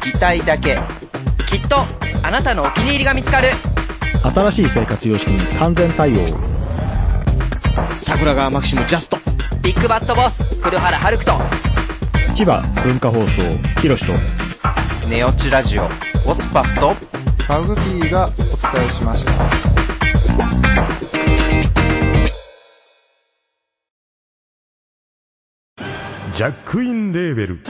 聞きたいだけ。きっとあなたのお気に入りが見つかる新しい生活様式に完全対応。桜川マキシムジャスト。ビッグバットボス黒原遥人千葉文化放送、ひろしと。ネオチラジオ。オスパフと。マグキーがお伝えしました。ジャックインレーベル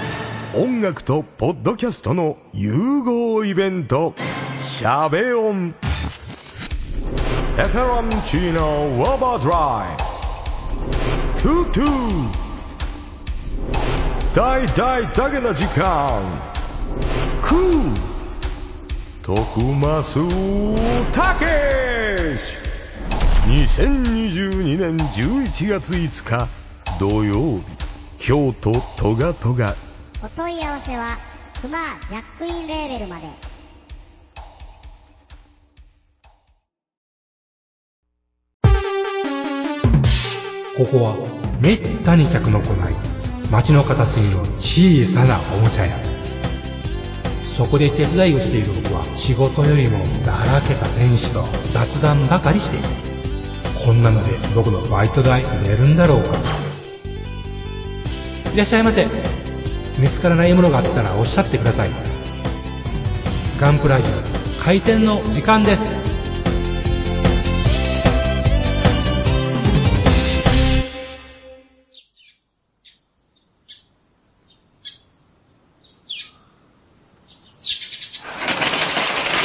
音楽とポッドキャストの融合イベント「シャベオン」「エフェロンチーノウォーバードライ」「トゥトゥ」「大大だけな時間」「クー」「徳マスたけし」2022年11月5日土曜日京都トガトガお問い合わせは、クマジャックインレーベルまで。ここはめったに客の来ない街の片隅の小さなおもちゃ屋そこで手伝いをしている僕は仕事よりもだらけた店主と雑談ばかりしているこんなので僕のバイト代出るんだろうかいらっしゃいませ見つからないものがあったらおっしゃってくださいガンプラジオ開店の時間です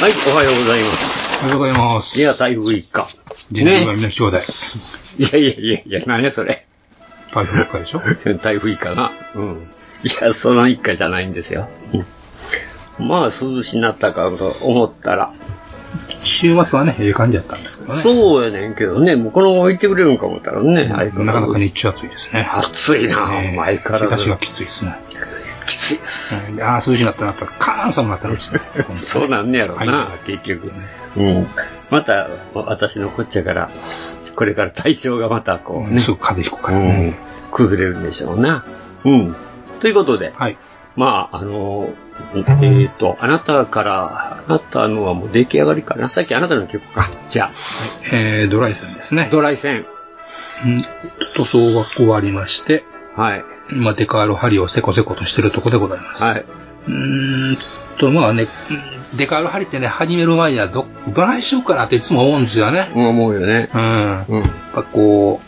はい、おはようございます。おはようございますでは、台風一過。人類はみんな兄弟いやいやいやいや、何やそれ。 台風一過でしょ台風一過な。うん。いや、その一過じゃないんですよ。うんまあ、涼しになったかと思ったら。週末はね、ええ感じだったんですけどね。そうやねんけどね、もうこのまま行ってくれるんか思ったらね、相変わなからずなか日中暑いですね。暑いな、ね相変わ日ら差ず。しがきついですね。きついです。うんああ、涼しいなったなったら、カーン寒くなったらうち。 そうなんねやろな、は結局。うん。また、私のこっちゃから、これから体調がまたこうね、すぐ風邪ひくかうらんね。、崩れるんでしょうな。うん。ということで、はい。まあ、あの、えっ、と、あなたから、あなたのはもう出来上がりかな。さっきあなたの曲か。じゃえー、ドライ線ですあ、ね。ドライ線。うん塗装が終わりまして、はい。今デカール針をせこせことしてるとこでございます。はい。うーんと、まあね、うんデカール針ってね、始める前にはど、どないしようかなっていつも思うんですよね。うん思うよね。うん。やっうん。ぱこ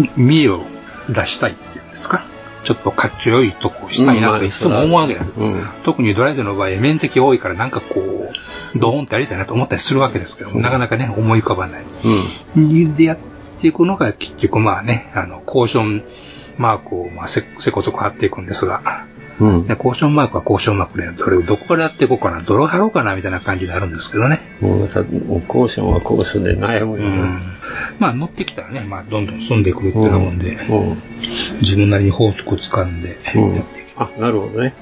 う、見栄を出したいっていうんですか。ちょっとかっちょよいとこしたいなっていつも思うわけです。うん。特にドライドの場合、面積多いからなんかこう、ドーンってやりたいなと思ったりするわけですけど、なかなかね、思い浮かばない。でやっていくのが結局まあね、あの、コーションマークをまあせせことこ貼っていくんですが、うん。うん。ね、コーションマークはコーションマークで、どれ、どこからやっていこうかな、泥貼ろうかな、みたいな感じになるんですけどね。もうまた、コーションはコーションで悩むうよんね。。まあ乗ってきたらね、まあどんどん住んでくるっていうようなもんで、うん。自分なりに法則を掴んでやっていうんく。あ、なるほどね。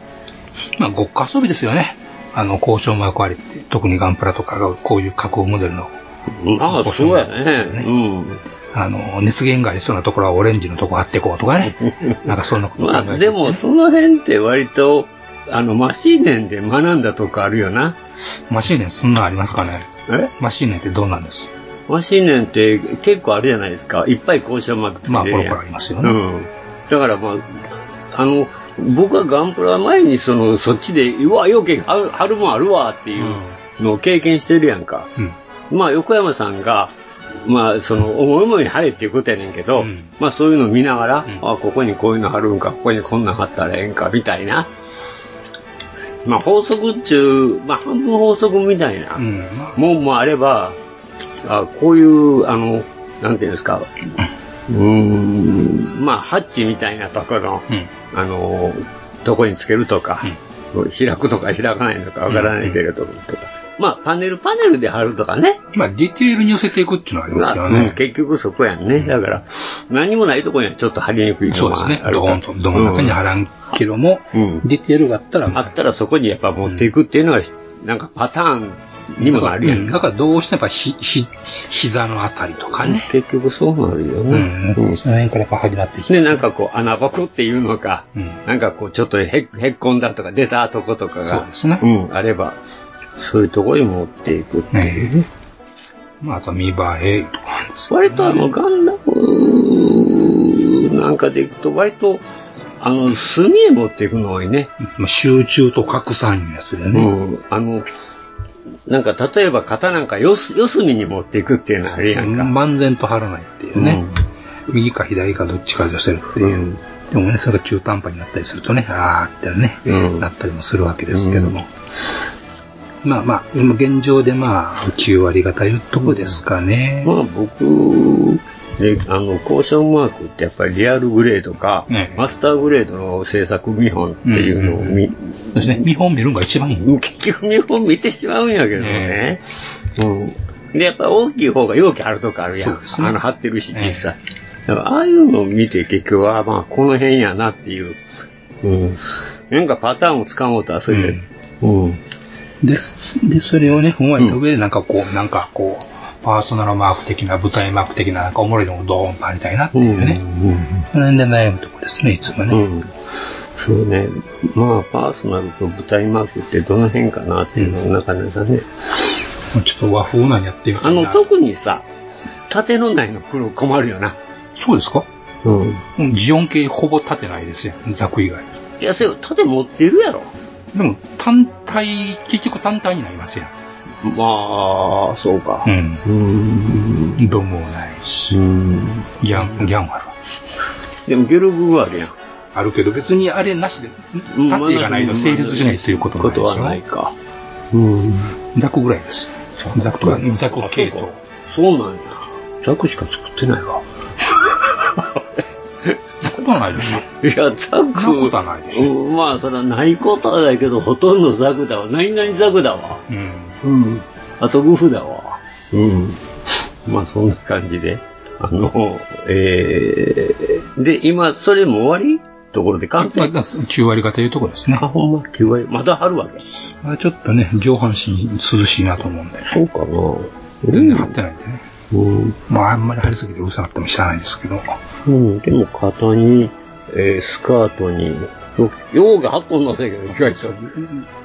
まあ、ごっこ遊びですよね。あの、交渉も役割って、特にガンプラとかがこういう加工モデルの、まあ、そうやね。あの、熱源がありそうなところはオレンジのとこ貼っていこうとか ね。なんかそんなこうん。とま考あ、えて、でも、その辺って割と、あの、マシーネンで学んだとこあるよな。マシーネンそんなんありますかねえマシーネンってどうなんですマシンネンって結構あるじゃないですか。いっぱい交渉マークついまあ、てコロるやん。コロありますよね。うん。だからまあ、あの、僕はガンプラ前にその、そっちで、うわ、よけ貼る貼るもんあるわっていうのを経験してるやんか。うん。まあ、横山さんが、まあ、その、思い思いに貼れっていうことやねんけど、うんまあ、そういうのを見ながら、うんあ、ここにこういうの貼るんか、ここにこんなん貼ったらええんか、みたいな。まあ、法則っちゅう、まあ、半分法則みたいな。うん。まあ、もんもあれば、あこういう、あの、なんていうんですか、うーん、まあ、ハッチみたいなところの、うん。あの、とこにつけるとか、開くのか開かないのかわからないけれども、とか。まあ、パネル、パネルで貼るとかね。まあ、ディテールに寄せていくっていうのはありますようんね。結局そこやんね。だから、何もないとこにはちょっと貼りにくいそうのでがすあるねか。らドコンと、ど真ん中に貼らんけども、うんディテールがあったら、あったらそこにやっぱ持っていくっていうのは、なんかパターンにもなるやうんんか。だからどうしてもやっぱひ、ひ、膝のあたりとかね。結局そうなるようねん。。うんその辺からやっぱ始まってきて。で、なんかこう、穴ぼこっていうのか、うんなんかこう、ちょっとへへっこんだとか、出たとことかそうがで、すね。うん、あれば、そういうところに持っていくっていうね。まあ、あと見栄えとかですね割とあの、ガンダムなんかでいくと、割と、あの、墨へ持っていくのがいいね。まあ、集中と拡散ですようね。ん。あの、なんか、例えば型なんか四す四隅に持っていくっていうのはあれやんか。漫然と張らないっていうね。右か左かどっちか寄せるってういう。ん。でもね、それが中途半端になったりするとね、あーってね、うんなったりもするわけですけども。まあまあ、今現状でまあ、9割方いうとこですかね。まあ僕、であの、コーションマークってやっぱりリアルグレードか、ええマスターグレードの制作見本っていうのを見、そうですね。見本見るのが一番いい。結局見本見てしまうんやけどね。うん。で、やっぱ大きい方が容器あるとかあるやん。そうですねあの、貼ってるし、ええ実際。だからああいうのを見て結局は、まあ、この辺やなっていう。うん。なんかパターンをつかもうとはそれで。うん。で、で、それをね、踏まえた上で、なんかこう、なんかこう、パーソナルマーク的な、舞台マーク的な、なんかおもろいのをドーンとありたいなっていうね。その辺で悩むとこですね、いつもね。うん。そうね。まあ、パーソナルと舞台マークってどの辺かなっていうのがなかなかね。もうちょっと和風なんやっていうかあの、な特にさ、縦の内の黒困るよな。そうですかうん。うんジオン系ほぼ立てないですよ、ザク以外。いや、それ縦持ってるやろ。でも、単体、結局単体になりますやまあ、そうかん。。うん。うん。ドムもないし、うん。ギャン、ギャンある。でも、ゲルグはあるやん。あるけど、別にあれなしで、うん立っていかないと成立しないということことはなないいでか。うん。すよ。ザクぐらいです。ザクとか、ザク系統。そうなんや。ザクしか作ってないわ。ザクはないですよ。いや、ザク。なことはないでしょうんまあ、それはないことはないけど、ほとんどザクだわ。何々ザクだわ。うん。うん。あと、グフだわ。うん。まあ、そんな感じで。あの、えー、で、今、それも終わりところで完成。まあ9割方というところですね。あ、ほんま、9割。まだあるわけ。まあちょっとね、上半身涼しいなと思うんで。そうかな。全然張ってないんでね。うん。まああんまり張りすぎてうるさなっても知らないですけど。うん、でも肩に、えースカートに、よ用が8個になったけど、意外と。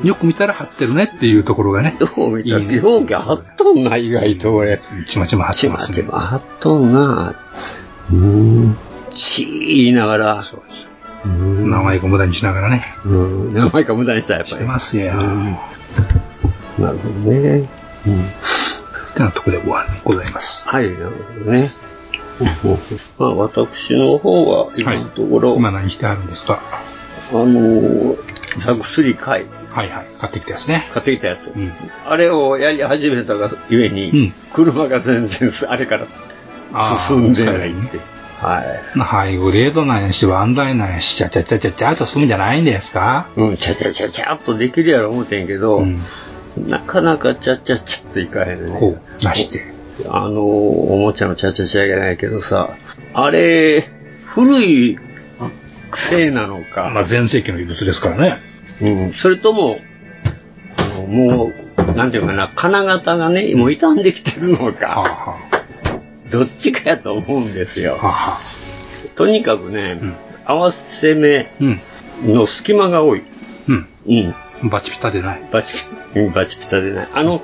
よく見たら張ってるねっていうところがね。どう見たいいねら、用が8トンな、意外と、俺。ちまちま張ってちまますちね。ま8トンな。うーん。ちー言いながら、そうです。うーん名前を無駄にしながらね。うん。何枚か無駄にした、やっぱしり。てますよ。うんなるほどね。うん。ってなところでごございます。はい、なるほ どね。まあ、私の方は、今のところ、今何してあるんですかあのー、ザク3回はいはい。買ってきたやつね。買ってきたやつ。うん。あれをやり始めたがゆえうにん、車が全然すあれからあー進んでないって。はい。ハイグレードなんやし、ワンダイなんやし、ちゃちゃちゃちゃちゃっと済むんじゃないんですかうん、ちゃちゃちゃちゃっとできるやろ思ってんけど、うん。なかなかちゃちゃちゃっといかへんね。ほう、なして。あの、おもちゃのちゃちゃちゃじゃないけどさ、あれ、古いせいなのか、まあ、前世紀の遺物ですからね。うん、それとも、あのもう、なんていうかな、金型がね、もう傷んできてるのはあ、か、はどっちかやと思うんですよあ、。はあ、はあ。とにかくね、うん合わせ目うん。の隙間が多い。ううん。ん。バチピタでない。バチ、うんバチピタでない。あの、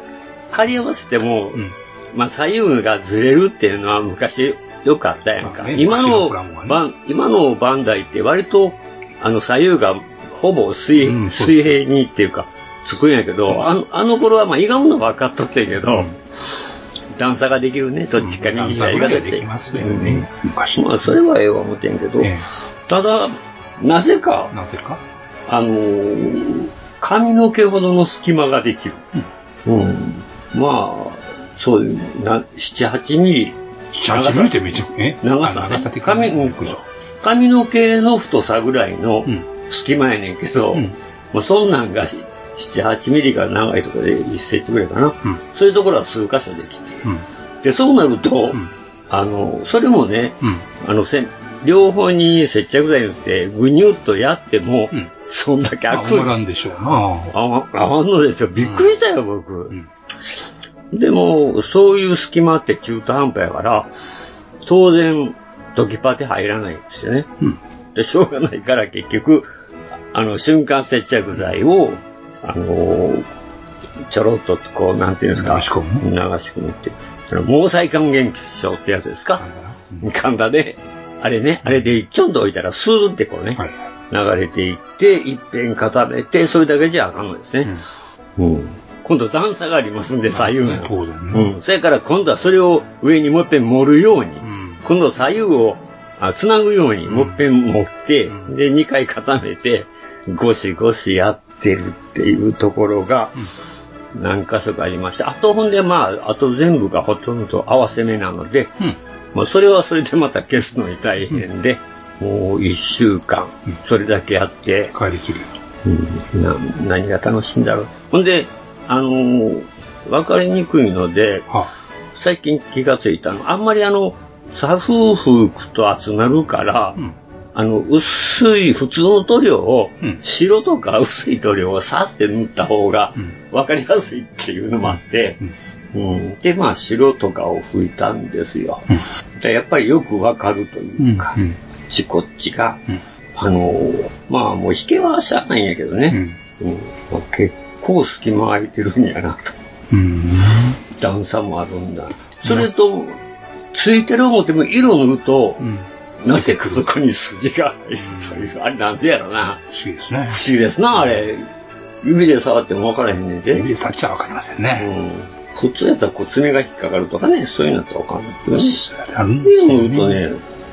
貼り合わせても、うん。まあ左右がずれるっていうのは昔よくあったやんか。まあね今昔ののプラモはねバン、今のバンダイって割と、あの左右がほぼ水,、うんそう水平にっていうか、つくんやけど、あのあの頃はまあ歪むの分かっとってんけど、段差ができるね、どっちか右サ左イがが出でて。きますよね。昔うんまあそれはええわ思ってんけど、えただ、なぜかえ、なぜか。あのー髪の毛ほどの隙間ができる。うん。まあ、そういう、な、7、8ミリ。シャチ見てめちゃくえ長さ、あね、長さ的髪に。うん髪の毛の太さぐらいのうん隙間やねんけど、うんもうそんなんが7、8ミリが長いところで1センチぐらいかな。そういうところは数箇所できて。で、そうなると、あの、それもね、あの、せん両方に接着剤塗って、ぐにゅっとやっても、そんだけ開く。まあ余らんでしょうな合わ合わんのですよ。びっくりしたよ、僕。でも、そういう隙間って中途半端やから、当然、ドキパテ入らないんですよね。で、しょうがないから結局、あの、瞬間接着剤を、あのーちょろっとこう、なんていうんですか。流し込む流し込むっていう。その毛細還元症ってやつですか。神田で、あれね、あれでちょんと置いたらスーってこうね、流れていって、一遍固めて、それだけじゃあかんのですね。今度段差がありますんで、左右の。うん。それから今度はそれを上にもう一遍盛るように、今度左右をあつなぐようにもう一遍持って、で、二回固めて、ゴシゴシやってるっていうところが、何箇所かありました。あと、ほんで、まあ、あと全部がほとんど合わせ目なので、まあ、それはそれでまた消すのに大変で、もう一週間、それだけやって、帰りきる。な何が楽しいんだろう。ほんで、あのー、わかりにくいので、最近気がついたの、あんまりあの、砂風服と厚なるから、あの、薄い普通の塗料を、白とか薄い塗料をさって塗った方がわかりやすいっていうのもあって、うんで、まあ、白とかを拭いたんですよ。でやっぱりよくわかるというか、こっちこっちが、あのーまあもう引けはしゃあないんやけどね、うんまあ結構隙間空いてるんやなと、段差もあるんだそれと、ついてる思っても色塗ると、なぜかそこに筋が入るという、あれなんでやろな不思議ですね不。思議ですなあれ指で触っても分からへんねんで指で触っちゃ分かりませんね、うん、普通やったらこう爪が引っかかるとかねそういうのって分かんないけどねあるんですで、よ塗ると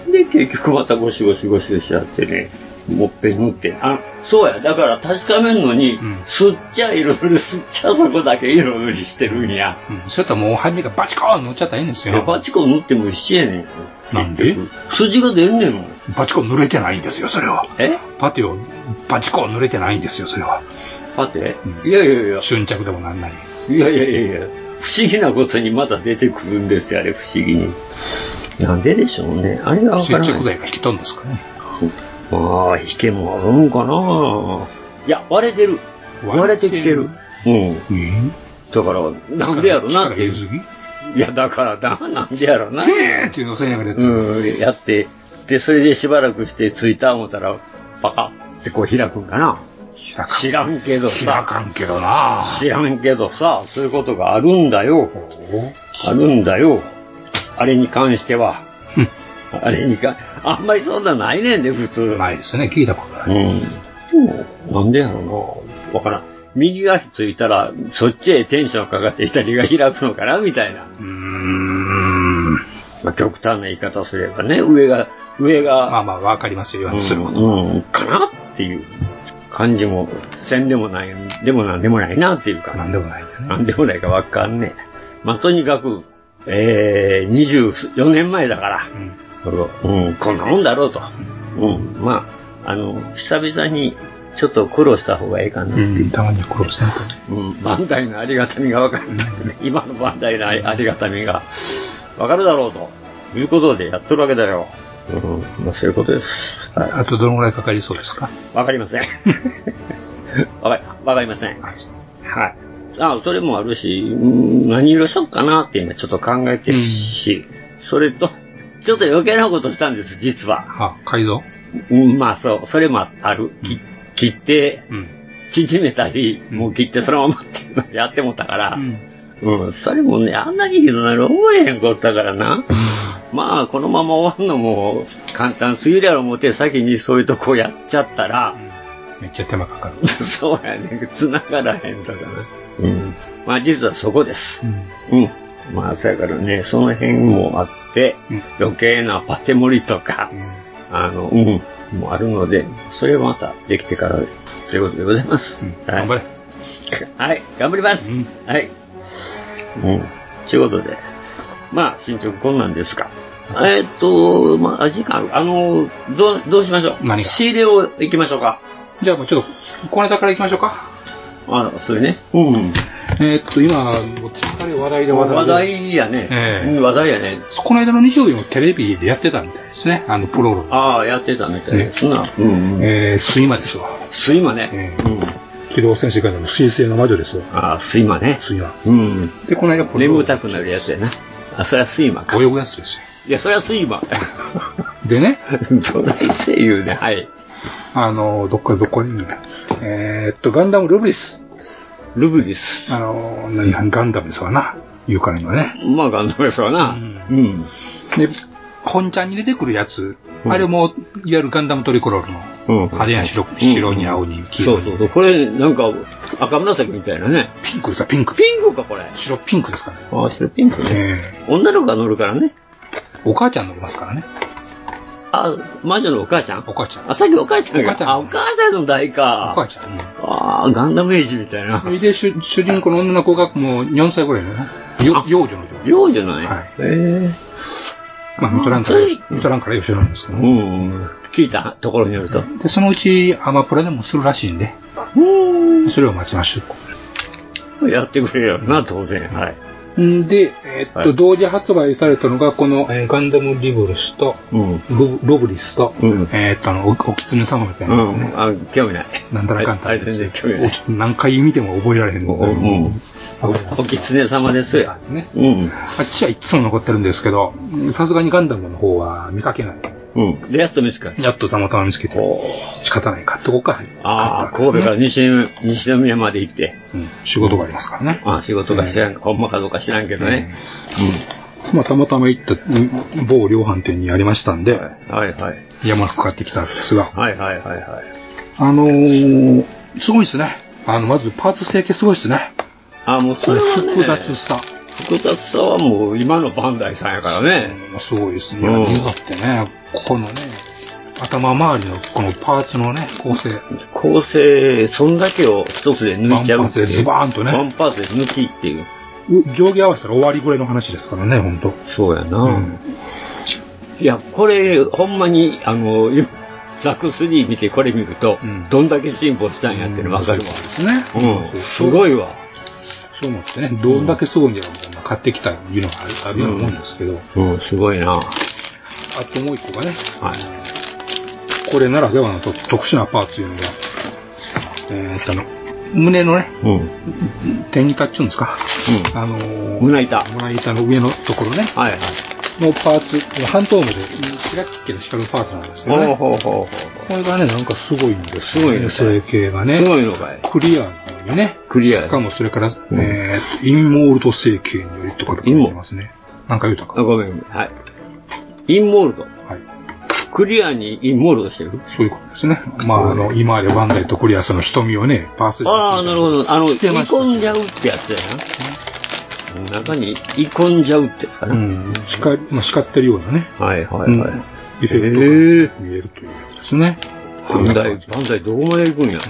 ね、で、結局またゴシゴシゴシゴシやってね、もっぺん塗って、あ、そうや、だから確かめんのに、すっちゃ色塗り、すっちゃそこだけ色塗りしてるんや。うんそれともう初めからバチコーン塗っちゃったらいいんですよ。バチコ塗っても一緒やねん。なんで筋が出んねんもん。バチコーン塗れてないんですよ、それは。えパテをバチコーン塗れてないんですよ、それは。パテ、いやいやいや。瞬着でもなんなり。いやいやいやいや。不思議なことにまた出てくるんですよ、あれ不思議に。なんででしょうね。あれがわか接らない。着剤が引き取るんですかね。まあ、引けもあるんかないや、割れてる。割れてきてる。うん。だから、なんでやろなっていう。いや、だからな、なんでやろな。へーっていうのをせながらうん、やって、で、それでしばらくして着いた思ったら、パカってこう開くんかな。知らんけど開さ。かんけどな知らんけどさ、そういうことがあるんだよ。あるんだよ。あれに関しては。あれにか、あんまりそんなないねんで、普通。ないですね、聞いたことない。うん。でも、なんでやろうな。わからん。右がついたら、そっちへテンションかかって左が開くのかなみたいな。うん。まあ、極端な言い方すればね、上が、上が、まあまあ、わかりますよ、うん、すること。うん、かなっていう感じも、せんでもない、でもなんでもないなっていうか。なんでもないんだね。なんでもないかわかんねえ。まあ、とにかく、えー、24年前だから、うん、こんなもんだろうと。うん、まあ、あの、久々にちょっと苦労した方がいいかなっていう。たまには苦労せんとね。うん、バンダイのありがたみが分かるんだけどね、 今のバンダイのありがたみが分かるだろうということでやっとるわけだよ。うん、まあそういうことです。はい、あとどのぐらいかかりそうですか分かりま せん。わかわかりません。はい。あそれもあるし、うん何色しよっかなって今ちょっと考えてるし、それと、ちょっと余計なことしたんです、実は。あ、改造うん、まあそう、それもある。き切って、うん。縮めたり、もう切ってそのままっていうのを やってもたから、うん。うん、それもね、あんなにひどなる思えへんことだからな。まあ、このまま終わんのも簡単すぎるやろ思って先にそういうとこやっちゃったら、めっちゃ手間かかる。そうやねん、繋がらへんとかな。うん。まあ、実はそこです。うん。まあ、そやからね、その辺もあって、余計なパテ盛りとか、あの、うん、もあるので、それはまたできてからで、ということでございます。はい頑張れ。はい、頑張ります。はい。うん。ちゅうことで、まあ、進捗こんなんですが。えーっと、まあ、時間ある、あの、どう、どうしましょう。何が仕入れを行きましょうか。じゃあもうちょっと、小ネタからいきましょうか。あ、それね。うん。えーっと、今、もうすっかり話題で話題で話題やね。ええうん話題やね。この間の24もテレビでやってたみたいですね。あの、プロローグ。ああ、やってたみたいねですな。うんうん。えー、睡魔ですわ。睡魔ねえ。うん。機動戦士からの水星の魔女ですわ。ああ、睡魔ね。睡魔。うん。で、この間プロローグ眠たくなるやつやな。あ、そりゃ睡魔か。泳ぐやつですよ。いや、そりゃ睡魔。でね、どないせ言うね。はい。あの、どっかどこに、えーっと、ガンダムルブリス。ルブリス。あの、何ガンダムですわな。言うからにはね。まあ、ガンダムですわな。ううんん。で、本ちゃんに出てくるやつ、うんあれも、いわゆるガンダムトリコロールのうん派手な白,、白に青に黄そ色うに、そうそう。これ、なんか、赤紫みたいなね。ピンクですよ、ピンク。ピンクか、これ。白ピンクですからね。ああ、白ピンクね。え女の子が乗るからね。えお母ちゃん乗りますからね。あ、魔女のお母ちゃんお母ちゃん。あ、さっきお母ちゃおん母ちゃんが。あ、お母ちゃんの代か。お母ちゃん。うんああ、ガンダムエイジみたいなそ。れで主主人公の女の子がもう4歳ぐらいのね、よあ幼女の子。ようじゃない。はいえまあ、見とらんから、それ見とらんからよしなんですけどえうね。ん。聞いたところによると。で、そのうちアマプラでもするらしいんで、うそれを待ちましょん。やってくれるよな、当然。はい。う。んで、えーっと、はい同時発売されたのが、この、えーガンダムリブルスと、うん。ロロブリスと、うんえーっと、あのおお狐様みたいなやつね。あ、興味ない。なんたらかんたらあれで全すよ然興味ない。お何回見ても覚えられへんのうで。ん。お狐様ですよで。すね。うん。あっちはいつも残ってるんですけど、さすがにガンダムの方は見かけない。うん。で、やっと見つかる。やっとたまたま見つけて、おー仕方ない、買っとこうか。ああ、買っ神たん戸ですかねら西西宮まで行って。うん仕事がありますからね。あ仕事か知らん、ほんまかどうか知らんけどね。まあ、たまたま行ったうん某量販店にありましたんうでん。、はいはい。山福買ってきたわけですが、はいはいはいはい。あのー、すごいですね。あの、まずパーツ整形すごいですね。あもうそれはね、複雑さ。複雑さはもう今のバンダイさんやからね。すごいですね。うんいやだってね、ここのね、頭周りのこのパーツのね、構成。構成、そんだけを一つで抜いちゃうっていう。ワンパーツでズバーンとねワンパーツで抜きっていう。上下合わせたら終わりぐらいの話ですからね、本当。そうやな。うんいや、これ、ほんまに、あの、今ザク3見てこれ見ると、うんどんだけ進歩したんやっていうの分かるわ。ですね。うん、すごい。いわ。そうなんですね。どんだけすごいんだろうみたいな買ってきたいうのがあるあるようなもんですけど、うん、すごいな。はあともう一個がね、い。これならではのと特殊なパーツというのが、えーっとあの、胸のね、うん。うん。天板っていうんですか、あのー、胸板。は胸板の上のところね、いはい。のパーツ、半透明で、キラッキラ光るパーツなんですけどね。ほうほうほうほう。これがね、なんかすごいんですすごよいね。ね整形がねす。ごいのかい。クリアにね。クリアしかもそれから、んえー、インモールド整形によりって書いてありますね。なんか言うたか。はあ、ごめんごめん。はい。インモールド。い。クリアにインモールドしてるそういうことですね。まあ、あの、今までバンダイとクリアその瞳をね、パーツで。ああ、なるほど。あの、し煮てました込んじゃうってやつやな。中に煮込んじゃうってやつかうな。ん。叱り、まあ、叱ってるようなね。はいはいはい。エフェクトが見えるというやつですね。バンダイ、バンダイどこまで行くんや。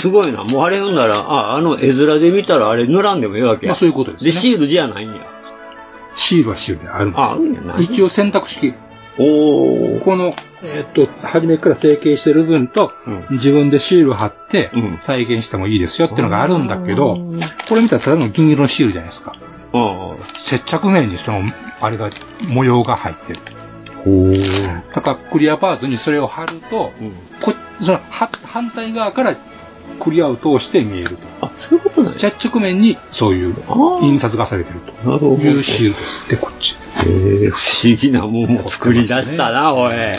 すごいな。もうあれ読んだら、あ、あの絵面で見たらあれ塗らんでもいいわけや。まあそういうことですねで、シールじゃないんや。シールはシールであるんであ、あるんやな。す。一応選択式。おー。この、えっと、初めから整形してる分と、うん自分でシール貼ってうん、再現してもいいですよっていうのがあるんだけど、これ見たらただの銀色のシールじゃないですか。あ接着面にその、あれが、模様が入ってる。あ。ほー。だからクリアパーツにそれを貼ると、うんこそのは反対側からクリアを通して見えると。あ、そういうことなんや。接着面にそういうあー印刷がされてると。なるほど。いうシールです。で、こっち。えー、不思議なもんを作り出したな、おい。大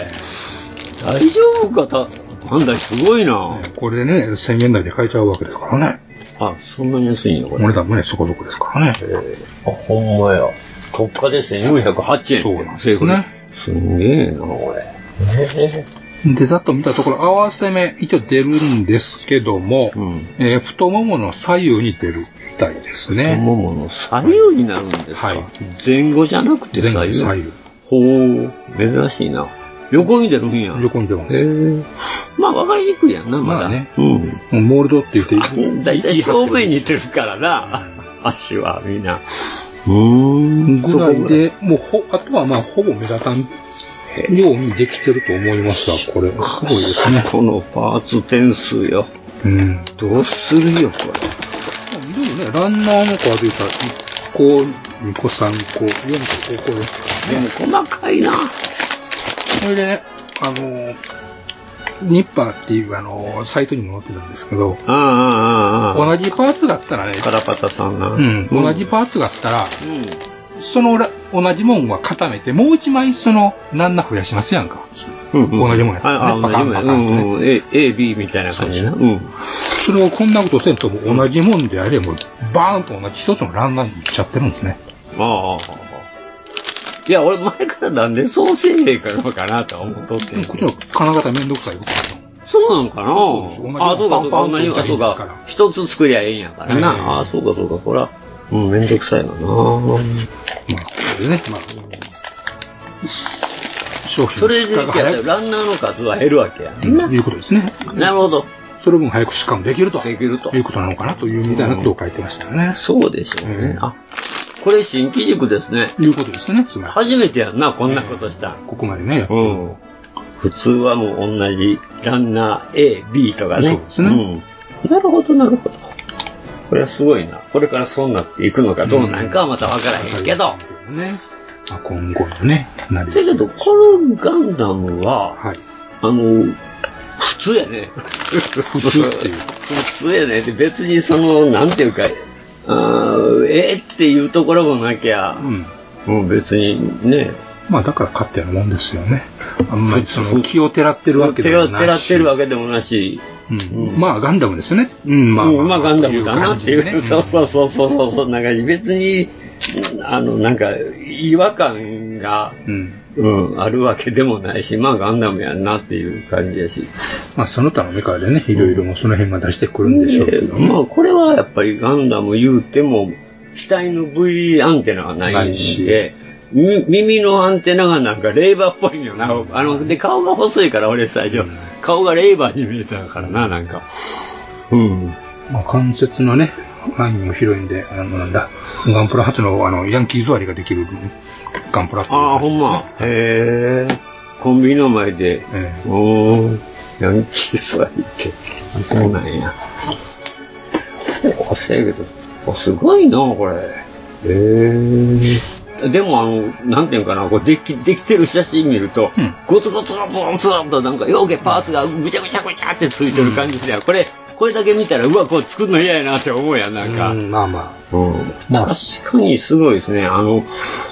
丈夫か、た、なんだ、すごいな。これね、1000円台で買えちゃうわけですからね。あ、そんなに安いんや、こおれ。値段もね、そこそこですからね。あ、ほんまや。特価で1408円。そうなんですね。すんげえな、これ。で、ざっと見たところ、合わせ目、一応出るんですけども、うんえー太ももの左右に出るみたいです太ね。ももの左右になるんですか、はい前後じゃなくて前左後右左右。ほう、珍しいな。横に出るんや。横に出ます。へえ。まあ、わかりにくいやんな、まだ。まあねうん。もうモールドって言って、 だいたい正面に出るからな、足はみんな。うーんぐらい。で、もうほ、あとはまあ、ほぼ目立たんようにできてると思いますが、これ。すごいですね。このパーツ点数よ。うん。どうするよ、こでもね、ランナーの数で言ったら、1個、2個、3個、4個、5個ですれ。でも細かいな。それでね、あのー、ニッパーっていう、あのー、サイトにも載ってたんですけど、ああ、ああ、ああ。同じパーツがあったらね、カラパタさんな。うん、同じパーツがあったら、うん。そのら同じもんは固めて、もう一枚その、ランナー増やしますやんか。うんうん同じもんやああ、ね同じパカもんや。うンパカンとねんうん。A、A B みたいな感じな。うん。それをこんなことせんとも同じもんであれば、バーンと同じ一つのランナーにいっちゃってるんですね。ああああ。ああいや、俺前からなんでそうせえへんかのかなとは思っとってでんもけこっどちの金型めんどくさいことだと思うそうなのかなそうです同じのああ、そうか、そうパか、ンパ同ンじとか、そ打っうたらいいか。一つ作りゃええんやからな。ええああ、そうか、そうか、こら。うん、めんどくさいわな。まあ、これでね、まあ、商品そのれ出で荷がいや早くランナーの数は減るわけや。うんということですね。なるほど。その分早く出荷もできると。できるということなのかなというみたいなことを書いてましたよね。そうでしょううね。んあ、これ新機軸ですね。いうことですね。つまり、初めてやんな、こんなことした。ここまでね、やっうん。普通はもう同じランナー A、B とかね。そうですねうん。なるほど、なるほど。これはすごいな。これからそうなっていくのかどうなんかはまたわからへんけど。ね。まあ今後のね、なりせやけど、このガンダムは、はい。あの、普通やね。普通っていう普通やね。で別にその、なんていうか、あーえーっていうところもなきゃ、うん。もう別にね、まあ、だから勝手なもんですよね。あんまりその気をてらってるわけで手もをないし。照らってるわけでもないし、うん。まあ、ガンダムですよね。うん、ままあ、あ。まあ、ガンダムだなっていう。感じでね そうそうそうそうそう、そんな感じ。別に、あの、なんか、違和感が、うん。うん、あるわけでもないし、まあ、ガンダムやんなっていう感じやし。まあ、その他のメカでね、いろいろもうその辺が出してくるんでしょうけどでまあ、これはやっぱりガンダム言うても、額の V アンテナがないんないしで、み耳のアンテナがなんかレーバーっぽいのよな。あの、で、顔が細いから、俺最初、顔がレーバーに見えたからな、なんか。うん。まあ、関節のね、範囲も広いんで、あの、なんだ、ガンプラ初の、あの、ヤンキー座りができるガンプラっていうああ、ほんま。へえ。コンビニの前で。ええおー、ヤンキー座りって。あそうなんや。おせやけど、あすごいな、これ。へえ。でも、あの、なんていうんかな、こうでき、できてる写真見ると、うんゴツゴツのボンスワンとなんか、ようけパーツがぐちゃぐちゃぐちゃってついてる感じで、これ、これだけ見たら、うわ、こう作るの嫌やなって思うやん、なんか。うん、まあままあ確かにすごいですね。あの、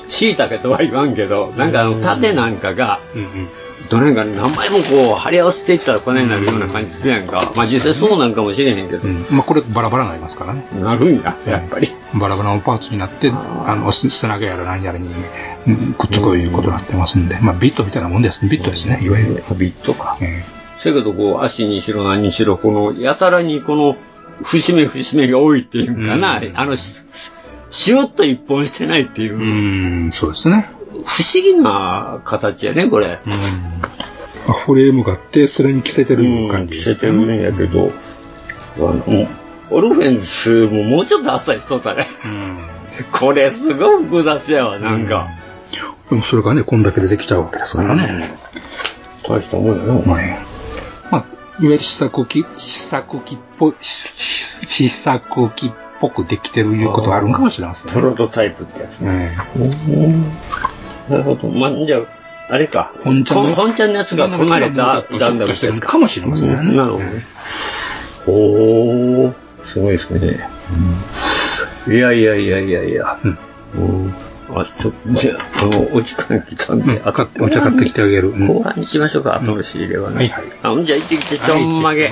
椎茸とは言わんけど、なんかあの、縦なんかが、あ。うんうん。どれか何枚もこう、貼り合わせていったらこないなるような感じするやんか。まあ実際そうなんかもしれへんけうど、ん。まあ、これバラバラになりますからね。なるんや、やっぱり。バラバラのパーツになって、あの、す砂毛やら何やらに、うんくっつくいうことになってますんで、まあ、ビットみたいなもんですね。ビットですね、いわゆる。あビットか。えせやけどこう、足にしろ何にしろ、この、やたらにこの、節目節目が多いっていうかな、うんあの、ししゅっと一本してないっていう、えうーん、そうですね。不思議な形やね、これ。うん。まあフレームがあって、それに着せてる感じで着せすてね。るんやけど、あの、オルフェンスももうちょっとあっさりしとったね。 うん。これすごい複雑やわ、なんか。でもそれがね、こんだけでできちゃうわけですからね。大したもんやな、おまあ、まあ、いわゆる試作機、試作機っぽい、試試作機っぽくできてるいうことがあるんかもしれませんプね。ロトタイプってやつね。えなるほど。まあ、じゃあ、あれか。え本ちゃんの、本ちゃんのやつがこなれたガンガダンムダとムしてるですか。かもしれませんね。うんなるほど。おー、すごいですね。いやいやいやいやいや。うんうんあ、ちょっと、じゃあ、あの、お時間来たんうんで、あ買ってお茶買ってきてあげるうん後半にしましょうか、後の仕入れはね。はいはいあ、ほんじゃあ行ってきて、ちょんまげ。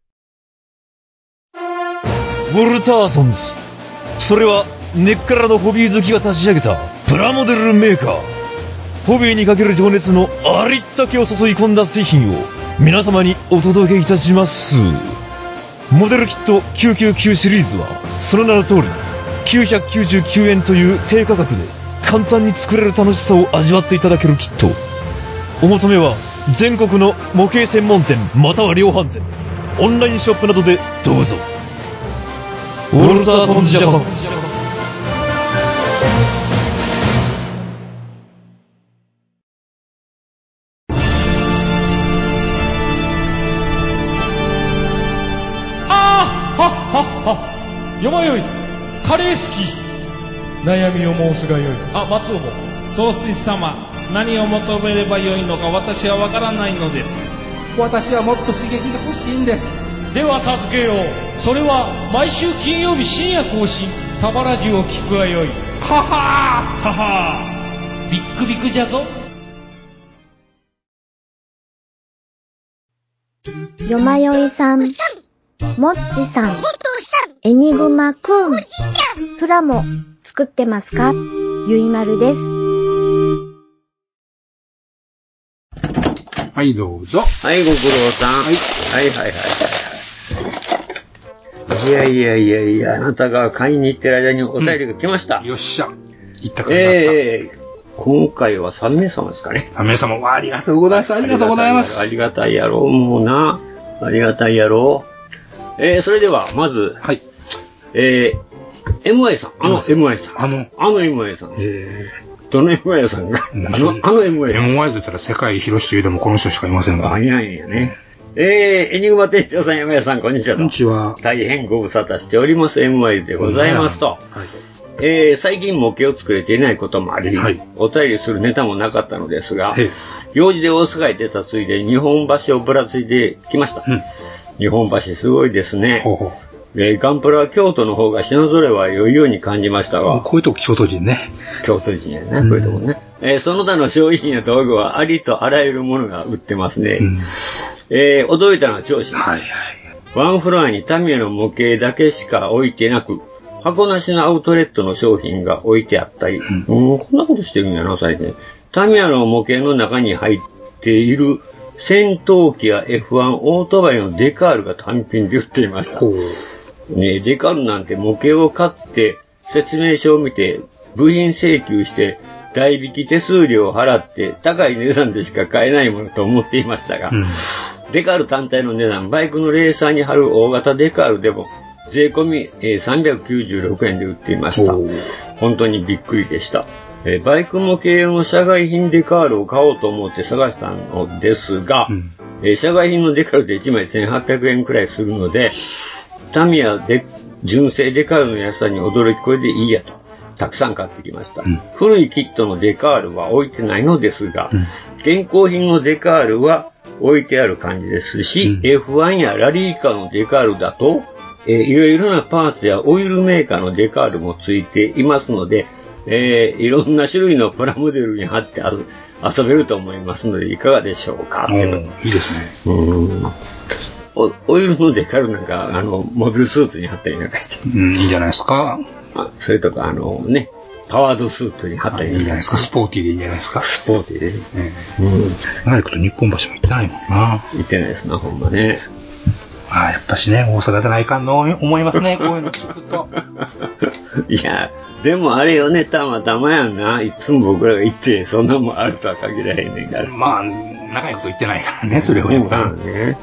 ォルターソンズそれは根っからのホビー好きが立ち上げたプラモデルメーカーホビーにかける情熱のありったけを注い込んだ製品を皆様にお届けいたしますモデルキット999シリーズはその名の通り999円という低価格で簡単に作れる楽しさを味わっていただけるキットお求めは全国の模型専門店または量販店オンラインショップなどでどうぞウォルターソンズジャパンああはっはっはよまよいカレー好き悩みを申すがよい。あ松尾も総帥様、何を求めればよいのか私はわからないのです。私はもっと刺激が欲しいんですでは助けようそれは毎週金曜日深夜更新サバラジュを聞くがよいははーははービックビックじゃぞよまよいさん、もっちさん、エニグマくん、プラモ作ってますかゆいまるです。はい、どうぞ。はい、ご苦労さん。はい、はい、はい。いやいやいやいや、あなたが買いに行ってる間にお便りが来ました。よっしゃ。行ったからなったええ今回は3名様ですかね。あ、皆様、わありがとうございます。ありがとうございます。ありがたいやろ、もうな。ありがたいやろ。えー、それでは、まず、はい。えー、MI さん、あの MI さん。あの、あの MI さん。どの MI さんが、あの、あの MI さん。 MY と言ったら世界広しというでもこの人しかいませんが。いないんやね。えー、エニグマ店長さん、山谷さん、こんにちは。こんにちは。大変ご無沙汰しております、MY でございますと。えー最近模型を作れていないこともあり、お便りするネタもなかったのですが、用事で大阪へ出たついで日本橋をぶらついてきました。日本橋すごいですね。えーガンプラは京都の方が品揃えは余裕に感じましたが、こういうとこ京都人ね。京都人やね、こういうとこね。えーその他の商品や道具はありとあらゆるものが売ってますね。えー驚いたのは長子。ワンフロアにタミヤの模型だけしか置いてなく、箱なしのアウトレットの商品が置いてあったり、うんこんなことしてるんやな、最近。タミヤの模型の中に入っている戦闘機や F1 オートバイのデカールが単品で売っていました。ねえ、デカールなんて模型を買って、説明書を見て、部品請求して、代引き手数料を払って、高い値段でしか買えないものと思っていましたが、デカール単体の値段、バイクのレーサーに貼る大型デカールでも、税込みえー396円で売っていました。本当にびっくりでした。えーバイク模型用の社外品デカールを買おうと思って探したのですが、えー社外品のデカールで1枚1800円くらいするので、タミヤで純正デカールの安さに驚きこれでいいやと、たくさん買ってきました。古いキットのデカールは置いてないのですが、現行品のデカールは置いてある感じですし、F1 やラリーカーのデカールだと、えーいろいろなパーツやオイルメーカーのデカールもついていますので、えーいろんな種類のプラモデルに貼ってある遊べると思いますので、いかがでしょうかってこといいですね。おオイルのデカールなんか、あの、モビルスーツに貼ったりなんかして。うん、いいんじゃないですか。あそれとか、あのね、パワードスーツに貼ったりいいんじゃないですか。スポーティーでいいんじゃないですか。スポーティーでね。うん。長いこと日本橋も行ってないもんな。行ってないですな、ほんまね。ああ、やっぱしね、大阪でないかんの思います ね、こういうの聞くと。いや、でもあれよね、たまたまやんな。いつも僕らが行って、そんなもんあるとは限らへんねんから。まあ、長いこと言ってないからね、それをやっぱ。ね。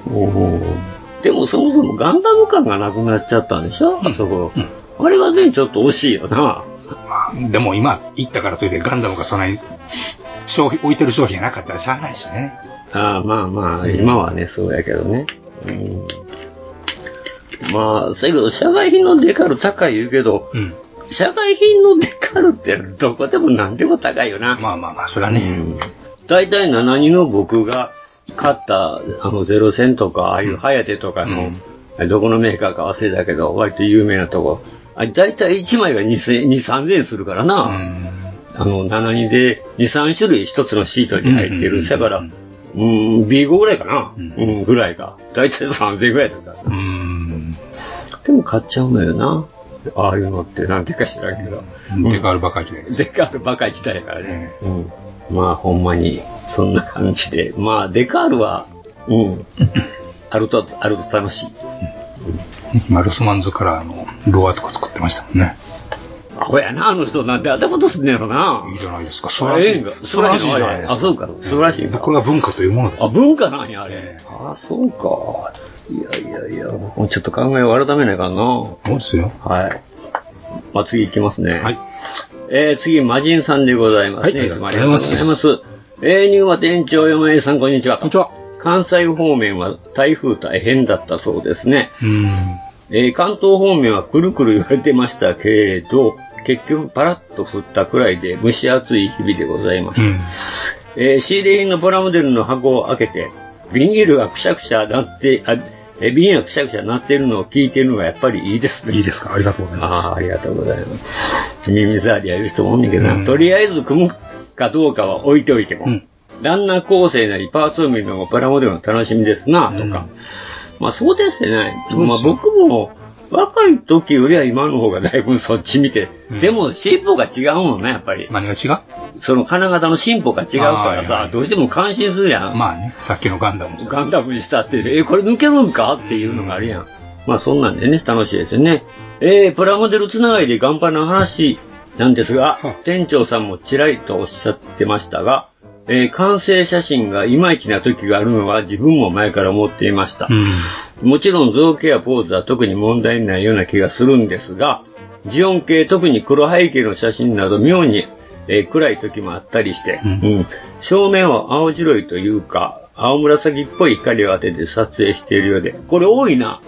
でもそもそもガンダム感がなくなっちゃったんでしょ、あそこ。あれがね、ちょっと惜しいよな。でも今、行ったからといってガンダムがそんなに商品、置いてる商品がなかったらしゃあないしね。ああ、まあまあ、今はね、そうやけどね。うん。まあ、せやけど、社外品のデカール高い言うけど、社外品のデカールってどこでも何でも高いよな。まあまあまあ、それはね。大体7人の僕が買った、あの、ゼロ戦とか、ああいうハヤテとかの、どこのメーカーか忘れたけど、割と有名なとこ。あ大体1枚が2000、2、3000円するからな。あの、7人で2、3種類1つのシートに入ってる。だから、うん、B5 ぐらいかな。うん、ぐらいか。大体3000円ぐらいだから。ても買っちゃうのよな。ああいうのってなんてか知らんけど。デカールばかり時代デカールばかり時代やからね。うん。まあほんまに、そんな感じで。まあデカールは、うん。あると、あると楽しい。マルスマンズからあの、ロアとか作ってましたもんね。アホやな、あの人なんてあんなことすんねやろな。いいじゃないですか、素晴らしい素晴素晴らしらしいいじじゃゃなないいですかあ、そうか、素晴らしい。これは文化というものだ。あ、文化なんや、あれ。あ、そうか。いやいやいや、もうちょっと考えを改めないかんな。そうですよ。はい。まあ、次行きますね。はい。えー、次、魔人さんでございますね。はいつもありがとうございます。えー、ニューマ店長、山井さん、こんにちは。こんにちは。関西方面は台風大変だったそうですね。えー関東方面はくるくる言われてましたけれど、結局パラッと降ったくらいで蒸し暑い日々でございました。えー仕入れ品のプラモデルの箱を開けて、ビニールがくしゃくしゃなって、あえービニールがくしゃくしゃなってるのを聞いてるのがやっぱりいいですね。いいですかありがとうございます。ああ、りがとうございます。耳障りは言う人もおんねんけどな、とりあえず組むかどうかは置いておいても、旦那構成なりパーツを見るのがプラモデルの楽しみですな、とか。まあそうですね。まあ僕も若い時よりは今の方がだいぶそっち見て、でも進歩が違うもんね、やっぱり。何が違うその金型の進歩が違うからあーはいさ、どうしても感心するやん。まあね、さっきのガンダム。ガンダムにしたって、え、これ抜けるんかっていうのがあるやん。まあそんなんでね、楽しいですよね。えー、プラモデルつながりで頑張の話なんですが、店長さんもちらりとおっしゃってましたが、えー完成写真がいまいちな時があるのは自分も前から思っていました。もちろん造形やポーズは特に問題ないような気がするんですが、ジオン系特に黒背景の写真など妙に、えー暗い時もあったりして、うん正面は青白いというか、青紫っぽい光を当てて撮影しているようで、これ多いな。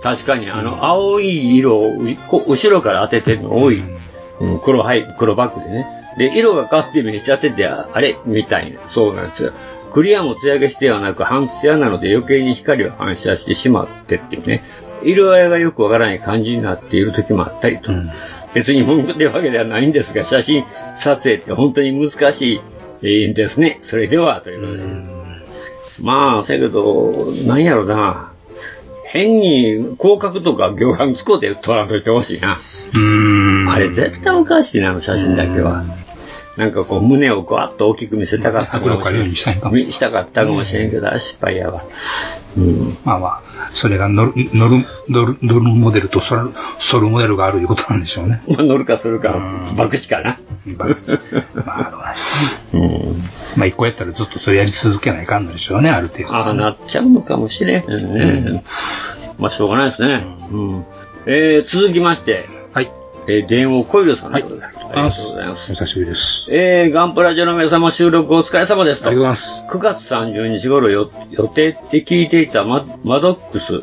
確かに、あの、青い色をうこ後ろから当ててるの多い。うん黒背、黒バッグでね。で、色が変わってめっちゃ当てて、ああれみたいな。そうなんですよ。クリアも艶消しではなく半艶なので余計に光を反射してしまってっていうね。色合いがよくわからない感じになっている時もあったりと。別に文句というわけではないんですが、写真撮影って本当に難しいんですね。それでは、ということで。まあ、せやけど、なんやろな。変に広角とか行間使うて撮らんといてほしいな。あれ絶対おかしいな、あの写真だけは。なんかこう胸をガーッと大きく見せたかったかもしれん。見したかったかもしれんけど、失敗やわ。まあまあ、それが乗る、乗る、乗る、乗るモデルとソル、ソルモデルがあるいうことなんでしょうね。まあ乗るかするか、爆死かな。 まあ一個やったらずっとそれやり続けないかんのでしょうね、ある程度。ああ、なっちゃうのかもしれんけどね。まあ、しょうがないですね。うん。えー、続きまして。はい。えー、電王コイルさんでございます。ありがとうございます。お久しぶりです。えー、ガンプラジオの皆様収録お疲れ様ですと。ありがとうございます。9月30日頃よ予定って聞いていたママドックス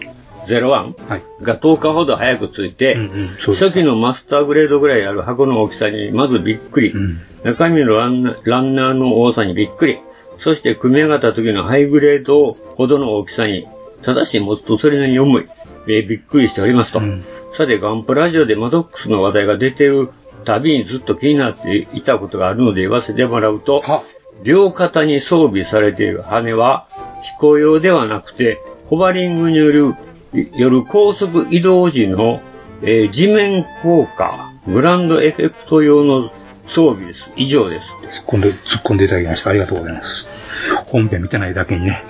01、が10日ほど早く着いて、初期のマスターグレードぐらいある箱の大きさにまずびっくり、中身のランナランナーの多さにびっくり、そして組み上がった時のハイグレードほどの大きさに、ただし持つとそれなりに重い、えーびっくりしておりますと。さて、ガンプラジオでマドックスの話題が出てるたびにずっと気になっていたことがあるので言わせてもらうと、両肩に装備されている羽は飛行用ではなくて、ホバリングによるよる高速移動時の、えー地面効果、グランドエフェクト用の装備です。以上です。突っ込んで、突っ込んでいただきました。ありがとうございます。本編見てないだけにね、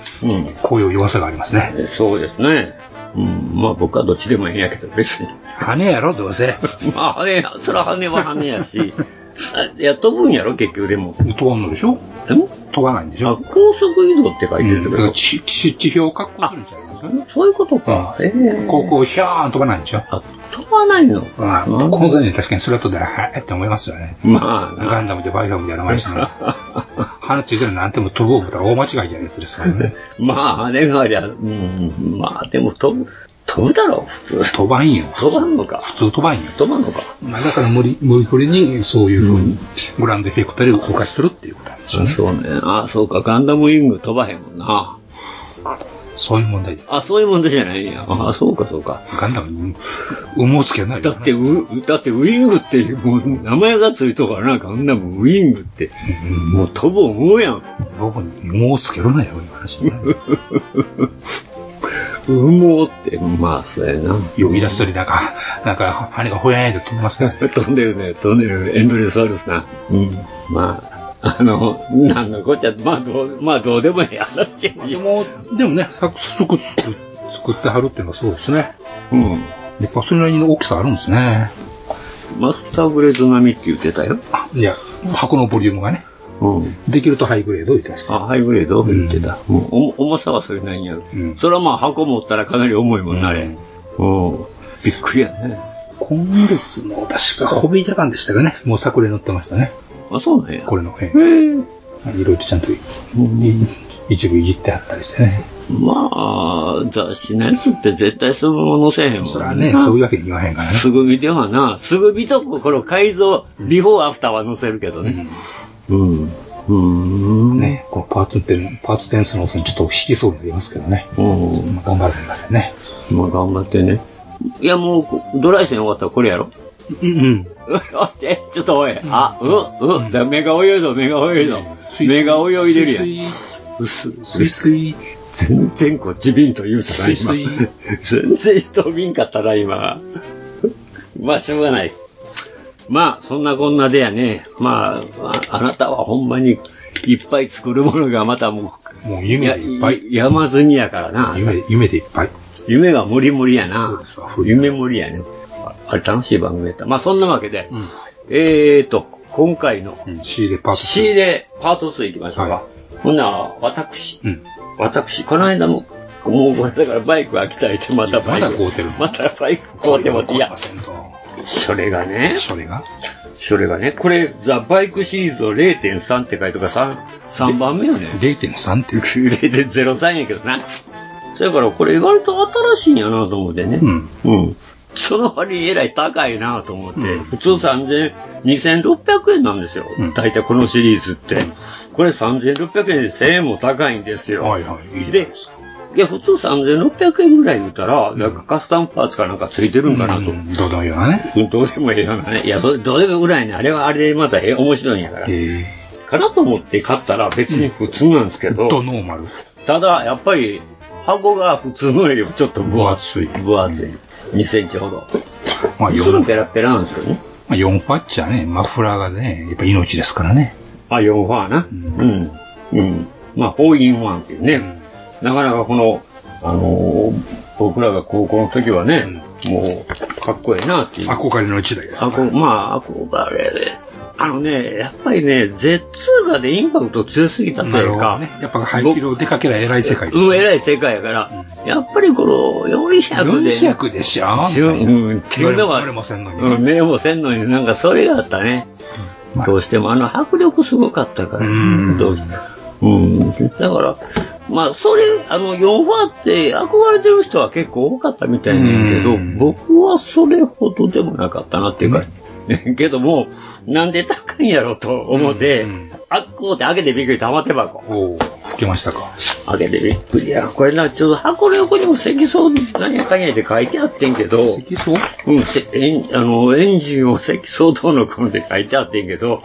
こういう弱さがありますね。そうですね。うん、まあ僕はどっちでもいいんやけど、別に。 羽やろ、どうせ。まあ羽や、そら羽は羽やし、 あいや、飛ぶんやろ、結局でも。 飛ばんのでしょ飛ばないんでしょ高速移動って書いてるけど。地地表を確保するんじゃないですかそういうことか。ええ高校、ひゃーん飛ばないんでしょ飛ばないのまあ、このね、確かにスラットでら、えって思いますよね。まあ、ガンダムでバイオみたいな前しね。 花ついてるなんても飛ぼう思ったら大間違いじゃないですか、ね。まあ、羽がありゃ、うん、まあ、でも飛ぶ、飛ぶだろう、普通。飛ばんよ。飛ばんのか。普通飛ばんよ。飛ばんのか。まあ、だから無理、無理くりにそういうふうに、グランドエフェクトで動かしてるっていうことなんですよね。そうね。あ、そうか、ガンダムウィング飛ばへんもんな。そういう問題あ、そういう問題じゃないんや。あ、そうか、そうか。ガンダム、羽毛つけないだって、う、だってウィングって、もう名前がついとるからな、ガンダムウィングって。もう飛ぶ思うやん。僕に羽毛つけるなよ、いう話。羽毛って、まあ、そうやな。ようイラストでなんか、なんか、羽がほやんやと飛んでますね。飛んでるね、飛んでる。エンドレスワルスな。うん。まあ、あの、なんのこっちゃ、まあ、どう、まあ、どうでもいい話やでも、でもね、作曲作作ってはるっていうのはそうですね。うん。やっぱそれなりの大きさあるんですね。マスターグレード並みって言ってたよ。あいや、箱のボリュームがね。うん。できるとハイグレード言ってました。あ、ハイグレード言ってた。うんお重さはそれなんやろ。それはまあ、箱持ったらかなり重いもんな、あれ。うん。びっくりやね。今月の確かホビージャパンでしたかね。もう作例載ってましたね。あ、そうなんや。これの。ええいろいろとちゃんといい一部いじってあったりしてね。まあ、雑誌のやつって絶対そのまま載せへんもん。そまあね、そういうわけに言わへんからね。すぐ見ではな、すぐ見とこ、この改造、ビフォーアフターは載せるけどね。うん。うん。ね、このパーツ点、パーツ点数の遅さにちょっと引きそうになりますけどね。うん。まあ頑張れませんね。まあ、頑張ってね。いや、もうこ、ドライ戦終わったらこれやろ うん、うん。え、ちょっとおい。あ、う、う、だ目が泳いど、目が泳いど。目が泳いでるやん。すスイスイ。全然こっち瓶と言うたな、スイス 今。 イ全然人瓶かったな、今。 まあ、しょうがない。まあ、そんなこんなでやね。まあ、ああなたはほんまにいっぱい作るものがまたもう、もう夢でいっぱい。や山積みやからな。夢、夢でいっぱい。夢が無理無理やな。夢無理やね。ああれ楽しい番組やった。まあそんなわけで、えーと、今回の仕入れパーツ。 C でパート2いきましょうか。ほんなら、私、うん私、この間も、もうこれだからバイク飽きたいってまたバまイク。だ買うてるまたバイク買うてもって、いや、それがね、それがそれがね、これ、ザ・バイクシリーズの0.3って書いてか 3, 3番目よね。 0.3っていう。 0.03やけどな。だからこれ意外と新しいんやなと思ってね。うん。うん。その割にえらい高いなと思って、普通3000、2600円なんですよ。大体このシリーズって。これ3600円で1000円も高いんですよ。はいはい。いいで、いや、普通3600円ぐらい言うたら、なんかカスタムパーツかなんかついてるんかなと。うんどうでもいいわね。どうでもええようなね。いや、それどうでもぐらいね。あれはあれでまたええ面白いんやから。かなと思って買ったら別に普通なんですけど、とノーマル。ただ、やっぱり、箱が普通のよりもちょっと分厚い。分厚い。2センチほど。まあそれも4、ペラペラなんですよね。まあ、4パッチはね、マフラーがね、やっぱ命ですからね。あ、4ファーな。うん。うん。まあ、4イン1っていうね。なかなかこの、あのー僕らが高校の時はね、もう、かっこええなっていう。憧れの一台です。あこまあ、憧れで。あのね、やっぱりね、Z2 がでインパクト強すぎたせいか、ね。やっぱ排気量でかけりゃ偉い世界ですうん、偉い世界やから、やっぱりこの400で、ね。 400でしょうん、っていうのは、もせんのに。うん、目もせんのになんかそれがあったね。どうしても、あの迫力すごかったから、どうしてうん、だから、まあ、それ、あの、4ファーって憧れてる人は結構多かったみたいなんやけど、僕はそれほどでもなかったなっていうか、 けども、なんで高いんやろと思って、あっこうって開けてびっくり玉手箱。おお、吹けましたか。あげてびっくりや。これな、ちょっと箱の横にも積層なんやかんやで書いてあってんけど、積層おうん、せエンあのエンジンを積層どうのこうのって書いてあってんけど、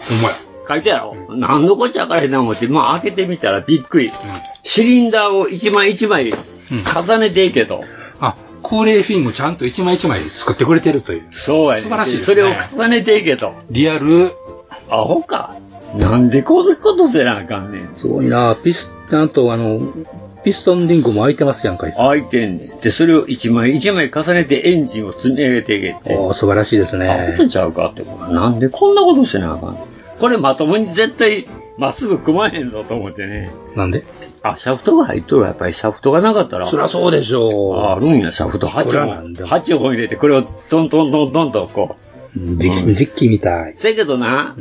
書いてやろ。何のこっちゃわからへんな思って、まあ開けてみたらびっくり。シリンダーを一枚一枚重ねていけと。あ、高齢フィングちゃんと一枚一枚作ってくれてるという。そうやね素晴らしいですねそれを重ねていけと。リアル。アホか。なんでこんなことせなあかんねん。すごいなピス、なんとあの、ピストンリングも開いてますやんかいあ開いてんねん。で、それを一枚一枚重ねてエンジンを積み上げていけって。おー素晴らしいですあことね。ちゃうかってことなんでこんなことしてなあかんこれまともに絶対まっすぐ組まへんぞと思ってね。なんであ、シャフトが入っとるわやっぱりシャフトがなかったら。そりゃそうでしょあるんや、シャフト8これはなん本。だ8本入れて、これをトントントントンとこ。。う。実実機みたいうせやけどな、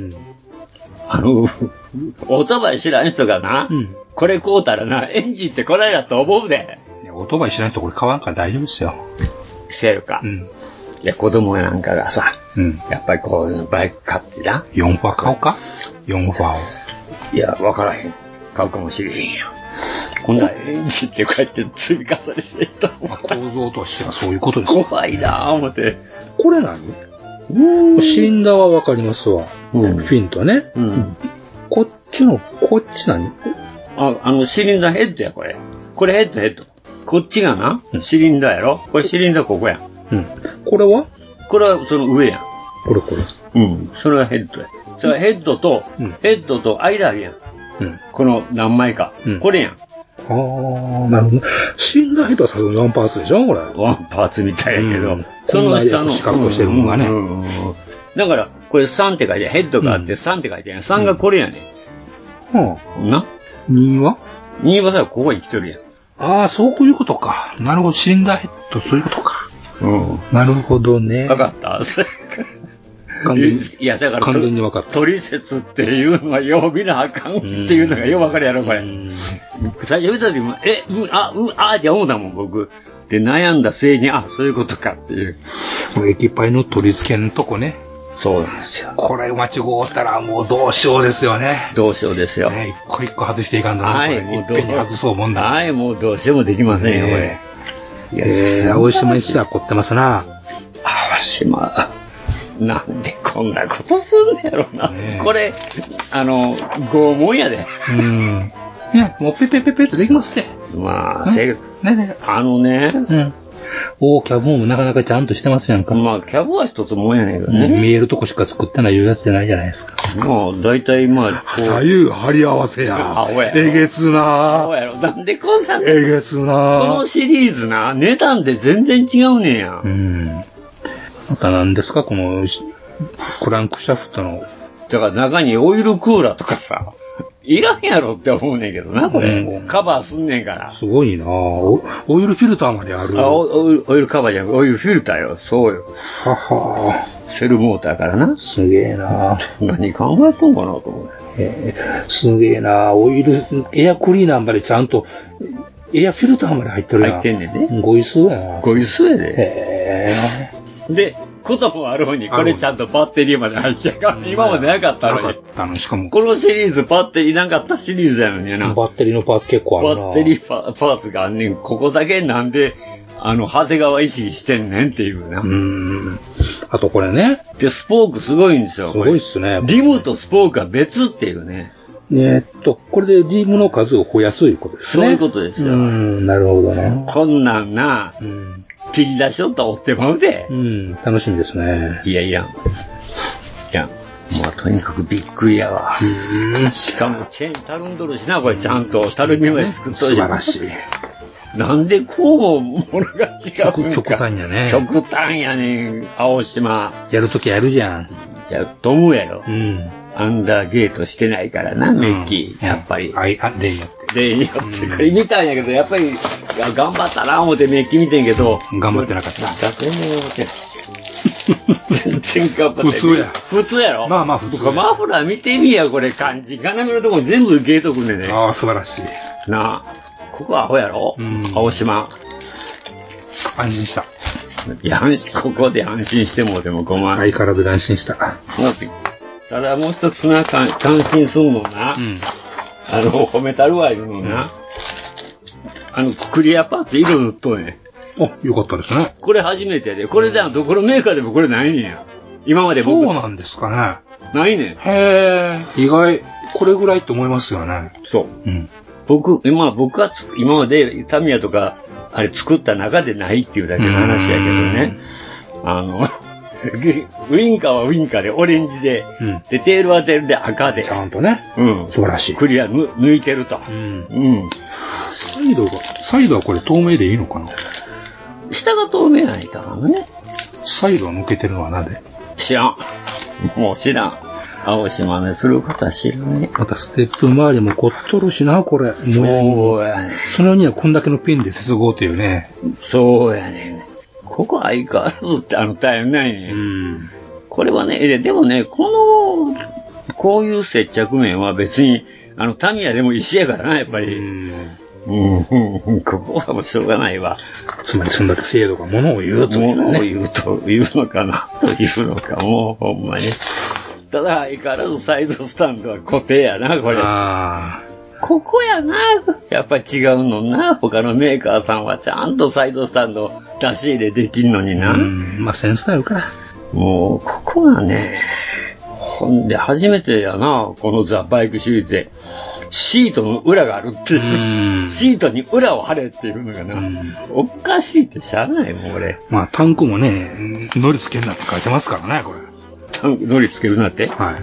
あの、オートバイ知らん人がな、うんこれ買うたらな、エンジンってこないだと思うで。いやオートバイ知らん人これ買わんから大丈夫ですよ。せやるか。うん。いや、子供なんかがさ、うん。やっぱりこう、バイク買ってな、 4ファ買おうか ?4 ファを。いや、わからへん。買うかもしれへんやん。こんなエンジンってこうやって積み重ねていったまあ構造と してはそういうことですよ。怖いなぁ、思って。これ何シリンダーはわかりますわ。うんフィンとね。うん。こっちの、こっち何あ、あの、シリンダーヘッドや、これ。これヘッドヘッド。こっちがな、シリンダーやろこれシリンダーここやん。うん。これはこれはその上やん。これこれ。うん。それがヘッドや。それはヘッドと、ヘッドと間あるやん。うん。この何枚か。これやん。あー、なるほどね。死んだ人はさすがにワンパーツでしょこれ。ワンパーツみたいやけど、その下の。四角をしてるもんがね。うんうんうんうんだから、これ3って書いて、ヘッドがあって3って書いてやん。3がこれやねん。な2は ?2 はさ、ここに来てるやん。ああ、そういうことか。なるほど。死んだヘッド、そういうことか。うん。なるほどね。わかった。それ完全にいや、だから、完全に分かった。トリセツっていうのはよう見なあかんっていうのがよう分かるやろ、これ。最初見た時も、え、うん、あ、うん、あーって思うたもん、僕。で、悩んだ末に、あ、そういうことかっていう。これ液パイの取り付けのとこね。そうなんですよ。これ間違うたらもうどうしようですよね。どうしようですよ。ね一個一個外していかんとな。はい、ももうういどっうぺんに外そうもんだ。はい、もうどうしてもできませんよ、これね。えー、青島一は凝ってますな。青島、なんでこんなことすんのやろな。これ、あの、拷問やで。うん。ね、もうペペペペっとできますね。まあ、せねね。あのね、うん。おー、キャブもなかなかちゃんとしてますやんか。まあ、キャブは一つもんやねんけどうね。ん見えるとこしか作ってないいうやつじゃないじゃないですか。まあ、大体まあ、こう左右張り合わせや。青やろ。えげつな青やろ。なんでこんな、えげつこなのシリーズな、値段で全然違うねんや。うん。また何ですかこの、クランクシャフトの。だから中にオイルクーラーとかさ、いらんやろって思うねんけどな、これ。カバーすんねんから。すごいなぁおオイルフィルターまである。あオオイルオイルカバーじゃなくて、オイルフィルターよ。そうよ。ははセルモーターからな。すげえな何考えそうかなと思うね。えーすげえなオイル、エアクリーナーまでちゃんと、エアフィルターまで入ってるやん。入ってんねんね。ごいすやなごいすやで。へえで、こともあろうに、これちゃんとバッテリーまで入ってやがる今までなかったのなに。あの、しかも、このシリーズ、バッテリーなかったシリーズやのにな。バッテリーのパーツ結構あバるなッテリーパパーツがあんねん。ここだけなんで、あの、長谷川意識してんねんっていうな。うん。あとこれね、で、スポークすごいんですよ。すこごいれっすね。リムとスポークは別っていうね。えーっと、これでリームの数を増やすいうことですそうね。いうことですうよ。ん、なるほどね。こんなんな、切り出しとったら追ってまうで。うん、楽しみですね。いやいや。いや、もうとにかくびっくりやわ。しかもチェーンたるんどるしな、これちゃんと。たるみまで作っと素るし晴。らしい。なんでこうもものが違うんか。極端やね極端やねん、青島。やるときやるじゃん。いや、と思うやろう。ん。アンダーゲートしてないからな、メッキ。やっぱり。はい、あ、例によって。例によって、これ見たんやけど、やっぱり、いや頑張ったな、思ってメッキ見てんけど、頑張ってなかった。学年もってない。全然頑張ってない普通や普通やろまあまあ普通やマフラー見てみや、これ、漢字。金具のとこ全部ゲートくんねんね。ああ、素晴らしい。なあ。ここアホやろうん青島。安心した。いや、安心ここで安心してもうてもごまん。相変わらず安心した。もうてただもう一つな、感感心するのな。うん。あの、褒めたるわ、いうのな。あの、クリアパーツ色塗っとんねん。あ、よかったですね。これ初めてやで。これだ、どこのメーカーでもこれないねんや。今まで僕そう、なんですかないねん。ね。へえ。意外、これぐらいって思いますよね。そう。うん。僕、まあ僕はつ今までタミヤとか、あれ作った中でないっていうだけの話やけどね。あの、 ぎウインカーはウインカーでオレンジで、うんで、テールはテールで赤でち、ゃんとね。うん。素晴らしい。クリアぬ抜いてると。うん。うん。サイドが、サイドはこれ透明でいいのかな下が透明ないからね。サイドは抜けてるのはなぜ知らん。もう知らん。青島ね、することは知らねまたステップ周りも凝っとるしな、これ。え。模様もそうやねん。そのにはこんだけのピンで接合というね。そうやねん。ここ相変わらずってあの大変ないねん。うん。これはね、えでもね、この、こういう接着面は別に、あの、タミヤでも石やからな、やっぱうり。ん。うん、うんここはもうしょうがないわ。つまりそんだけ精度がものを言うといもうのをね。言うと、言うのかな、というのか、もうほんまに。ただ、相変わらずサイドスタンドは固定やな、これ。ああ。ここやな、やっぱ違うのな、他のメーカーさんはちゃんとサイドスタンド出し入れできんのにな。うん。まあ、センスあるから。もう、ここはね、ほんで、初めてやな、このザ・バイクシリーズで、シートの裏があるっていう、シートに裏を貼れっていうのがな、おかしいってしゃあないもん、俺。まあ、タンクもね、乗りつけるなって書いてますからね、これ。タンク乗りつけるなってはい。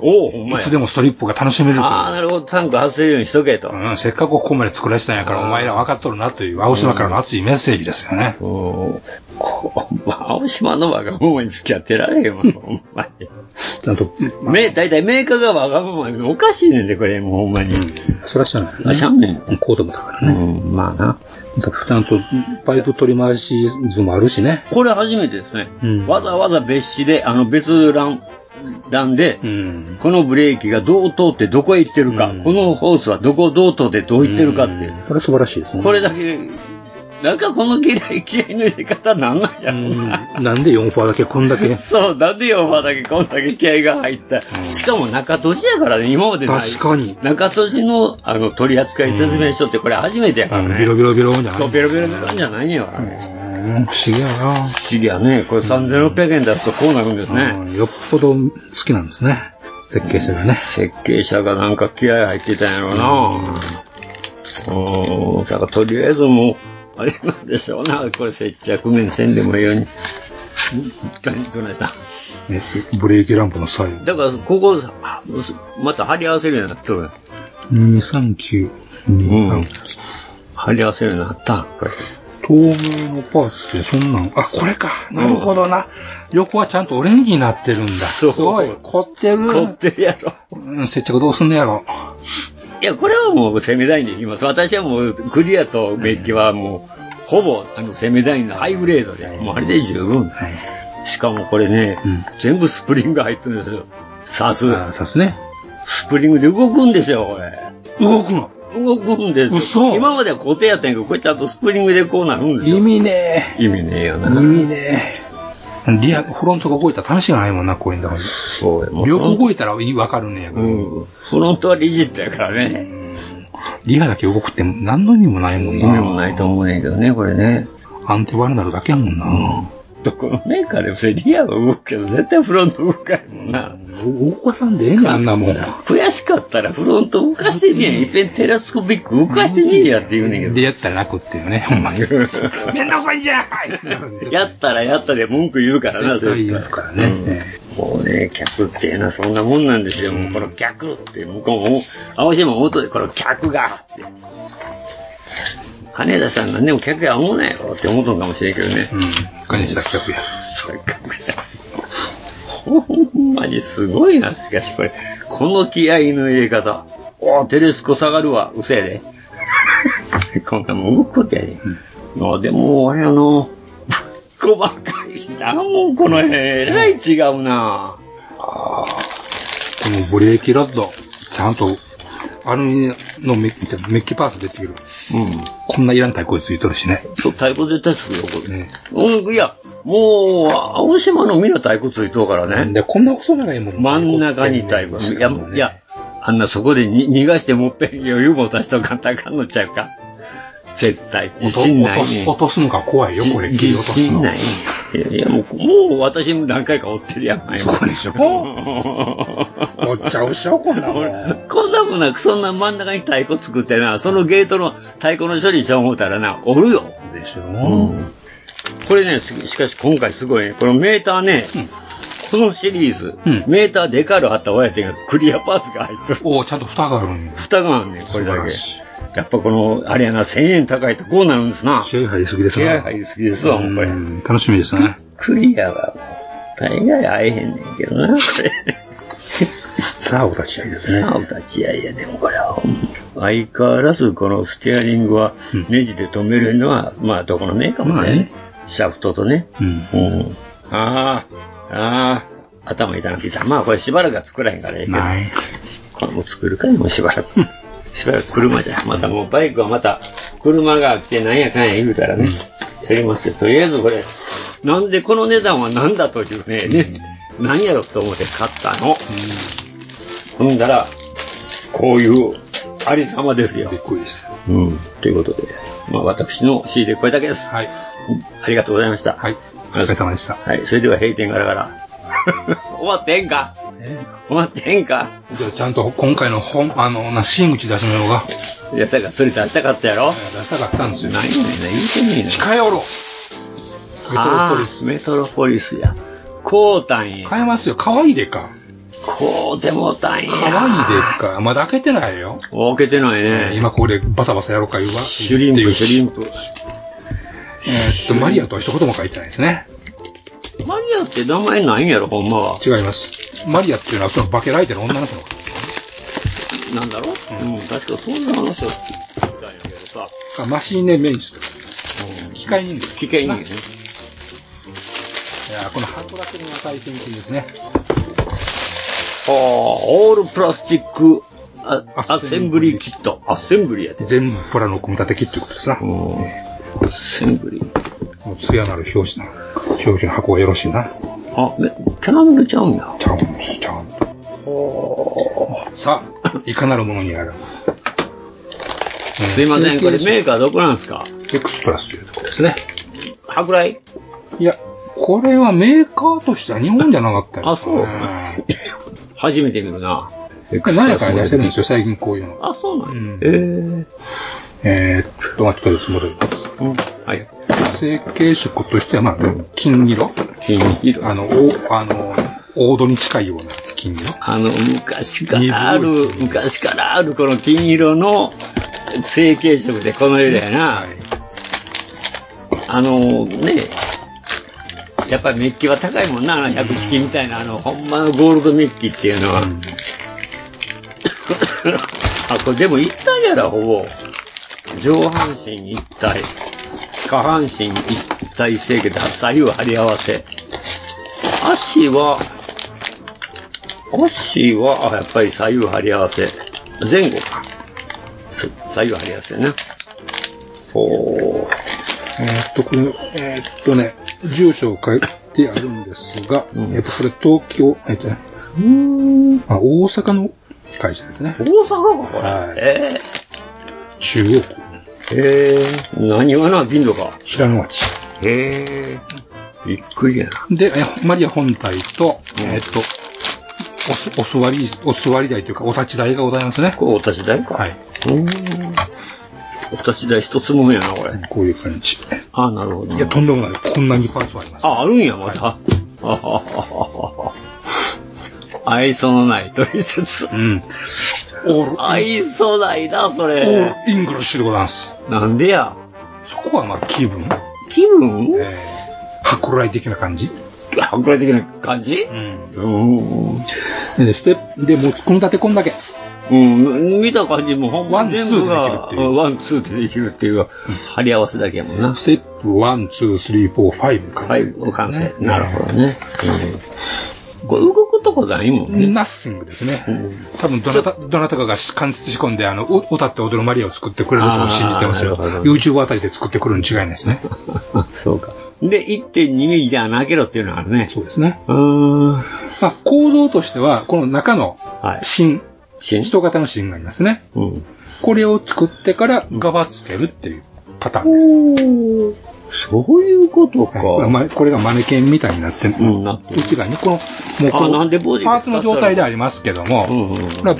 おお、ほんまいやつ。でもストリップが楽しめると。ああ、なるほど、タンク外せるようにしとけと。うん、せっかくここまで作らせたんやから、お前ら分かっとるなという、青島からの熱いメッセージですよね。青島のわがままに付き合ってられへんわ、ほんまに。ちゃんと、め、大体メーカーがわがまま言うのおかしいねんで、これ、もうほんまに。そらしゃない、あ、しゃんねん。コートもだからね。うん、まあな。ちゃんと、パイプ取り回し図もあるしね。これ初めてですね。うんわざわざ別紙で、あの別欄、欄で、うん。このブレーキがどう通ってどこへ行ってるか、このホースはどこをどう通ってどう行ってるかっていう。これ素晴らしいですね。これだけ、なんかこの気合い気合いの入れ方なんなんやろうな。なんで4%だけこんだけ。そう、なんでよ、まだけ、こんだけ気合が入った。しかも中閉じやからね、今までない。確かに。中閉じの、あの、取扱説明書ってこれ初めてやからね。ビロビロビロじゃない。そう、ベロベロベロじゃないんやからね。うん不思議やな。不思議やね。これ3600円出すとこうなるんですね。よっぽど好きなんですね。設計者がね。設計者がなんか気合入ってたんやろうな。うん。だからとりあえずもう、あれなんでしょうな。これ接着面せんでもいいように。どないしたねブレーキランプの左右。だから、ここ、あまた貼り合わせるようになっとる。 239。うん。貼り合わせるようになったんこれ。透明のパーツってそんなん、あ、これか。なるほどな。横はちゃんとオレンジになってるんだ。すごい。凝ってる。凝ってるやろ。うん、接着どうすんのやろ。いや、これはもう攻め台に行きます。私はもう、クリアとメッキはもう、ほぼ、あの、攻め台のハイグレードで、もうあれで十分。しかもこれね、全部スプリング入ってるんですよ。刺刺す。すね。スプリングで動くんですよ、これ。動くの動くんですよ。今までは固定やったんやけど、これちゃんとスプリングでこうなるんですよ。意味ね意味ねえよえ。な。意味ねえ。リア、フロントが動いたら試しがないもんな、こういうんだから。そうや、もう横動いたらいいわかるねやけどフロントはリジットやからね。リアだけ動くって何の意味もないもんな。意味もないと思うねんけどね、これね。アンティバルになるだけやもんな。どこのメーカーでもそれリアは動くけど、絶対フロント動かへんもんな。動かさんでええねん、あんなもん。悔しかったらフロント動かしてみえん。いっぺんテレスコピック動かしてみえやって言うねんけど。で、やったら泣くっていうね、ほんま に。めんどくさいじゃんやったらやったで文句言うからな、絶対言いますからね。もうね、客っていうのはそんなもんなんですよ。もうこの客って、向こうも、青島も音でこの客がって。金田さんなんでも客や思うなよって思うとんかもしれんけどね。金田客や。そういう客や。 ほんまにすごいな、しかしこれ。この気合の入れ方。おーテレスコ下がるわ、うせえで。 こんなもん動くことやで。あでも、あれあの、 細かいな、もうこの辺、えらい違うな。このブレーキロッド、ちゃんと、アルミのメッキ、メッキパーツ出てくる。うん。こんないらん太鼓ついとるしね。そう、太鼓絶対つくよ、これ。うん、いや、もう、青島のみんな太鼓ついとうからね。で、こんな細長いもん真ん中に太鼓。いや、いや、あんなそこでに逃がしてもっぺん余裕持たしとかんたらあかんのちゃうか。絶対、落自と信ない落とすね。落とすのが怖いよ、これ。自自信ない。いやいや、もう、もう私も何回か追ってるやん、前も。そうで しょ。追っちゃうっしょ、こん なもん。こんなもんなく、そんな真ん中に太鼓作ってな、そのゲートの太鼓の処理しよう思ったらな、おるよ。でしょ。これね、すしかし今回すごいね、このメーターね、このシリーズ、メーターデカール貼った親手がクリアパーツが入ってる。おちゃんと蓋があるん蓋があるね、これだけ。やっぱこの、あれやな、1000円高いとこうなるんですな。気合入りすぎですな気合入りすぎですわ、もうこれ。楽しみですね。クリアは、大概会えへんねんけどな、これ。さあ、お立ち合いですね。さあ、お立ち合いや、でもこれは。相変わらず、このステアリングは、ネジで止めるのは、まあ、どこのメーカーもね、シャフトとね。うん。ああ、ああ、頭痛なってきた。まあ、これしばらくは作らへんからええけど。これもう作るかいもうしばらく。しばらく車じゃ。またもうバイクはまた、車が来てなんやかんや言うたらね、やりますよ。とりあえずこれ、なんでこの値段は何だというね、ね、何やろと思って買ったの。ほんだら、こういうありさまですよ。びっくりした。うん。ということで、まあ私の C でこれだけです。はい。ありがとうございました。はい。お疲れ様でした。 はい。それでは閉店ガラガラ。終わってんか待ってんか。じゃあちゃんと今回の本、あの、な、真口出しのようが。いや、さか、それ出したかったやろ出したかったんですよ。ないねんな、言うてねえな。控えおろメトロポリス。メトロポリスや。こうたんや。買えますよ。可愛いでか。こうてもうたんや。可愛いでか。まだ開けてないよ。開けてないね。今ここでバサバサやろうか言うわ。シュリンプ、シュリンプ。えーっと、マリアとは一言も書いてないですね。マリアって名前ないんやろ、ほんまは。違います。マリアっていうのはその化けられてる女の子のなんだろうん、確かそんな話を聞いたんやけどさ。あマシーネ・メイジとか。機械人形。機械人い形ね。やーこの函館の値千金ですね。ああ、オールプラスチックあアセンブリーキット。アセンブリーやて。全部プラの組み立てキットいうことですな。アセンブリー。もう艶なる表紙な、表紙の箱がよろしいな。あ、めキャラメルちゃうんや。ちゃうんです、ちゃうんです。さあ、いかなるものにある。すいません、これメーカーどこなんですかエクスプラスというとこですね。舶来いや、これはメーカーとしては日本じゃなかったあ、そう。初めて見るな。何やかんや出してるんですよ、最近こういうの。あ、そうなんや。ええーっと、待ってください、戻ります。はい。成形色としては、まあ、金色金色。あの、お、あの、黄土に近いような金色。あの、昔からある、昔からあるこの金色の成形色でこの色やな。あのね、やっぱりメッキは高いもんな、あの百式みたいな、あの、ほんまのゴールドメッキっていうのは。あ、これでも一体やろ、ほぼ。上半身一体、下半身一体成形で左右張り合わせ。足は、足は、あやっぱり左右張り合わせ。前後か。そう左右張り合わせね。ほう。えーっと、これ、えーっとね、住所を書いてあるんですが、えーっと、これ東京、えーっとね、あ大阪の会社ですね。大阪か、これ。え中央区。え何はな、頻度か。平野町。へえびっくりやな。で、えマリア本体と、えーっと、おすお座り、お座り台というか、お立ち台がございますね。これお立ち台か。はい。お立ち台一つもんやな、これ。こういう感じ。あなるほど。いや、とんでもない。こんなにパーツはあります。あ、あるんや、また。あはははは 愛想のない取説。うん。愛想ないな、そオれ。ールイングリッシュでございます。なんでや。そこはまあ気分。気分えー、舶来的な感じ。舶来的な感じうん。で、ステップ、で、もう組み立てこんだけ。うん、見た感じもほんまに全部がワンツーでできるっていううんワン、ツーでできるっていうか、貼り合わせだけやもんな。ステップ1、2、3、4、5完はい、成。ご完成。なるほどね。うんこれ動くとこないもんね。ナッシングですね。多分どなた、どなたかが完成仕込んで、あの、お歌って踊るマリアを作ってくれることを信じてますよ。あーなるほど YouTube あたりで作ってくるに違いないですね。 そうか。で、1.2ミリじゃなけろっていうのがあるね。そうですね。うーん。まあ、構造としては、この中のはい。芯、芯人型の芯がありますね。うん。これを作ってからガバつけるっていうパターンです。そういうことか。これまこれがマネケンみたいになってる、うん、なってる。内側にこの、もうこあ、なのんでボディパーツの状態でありまますけども、うんうんうんこれは、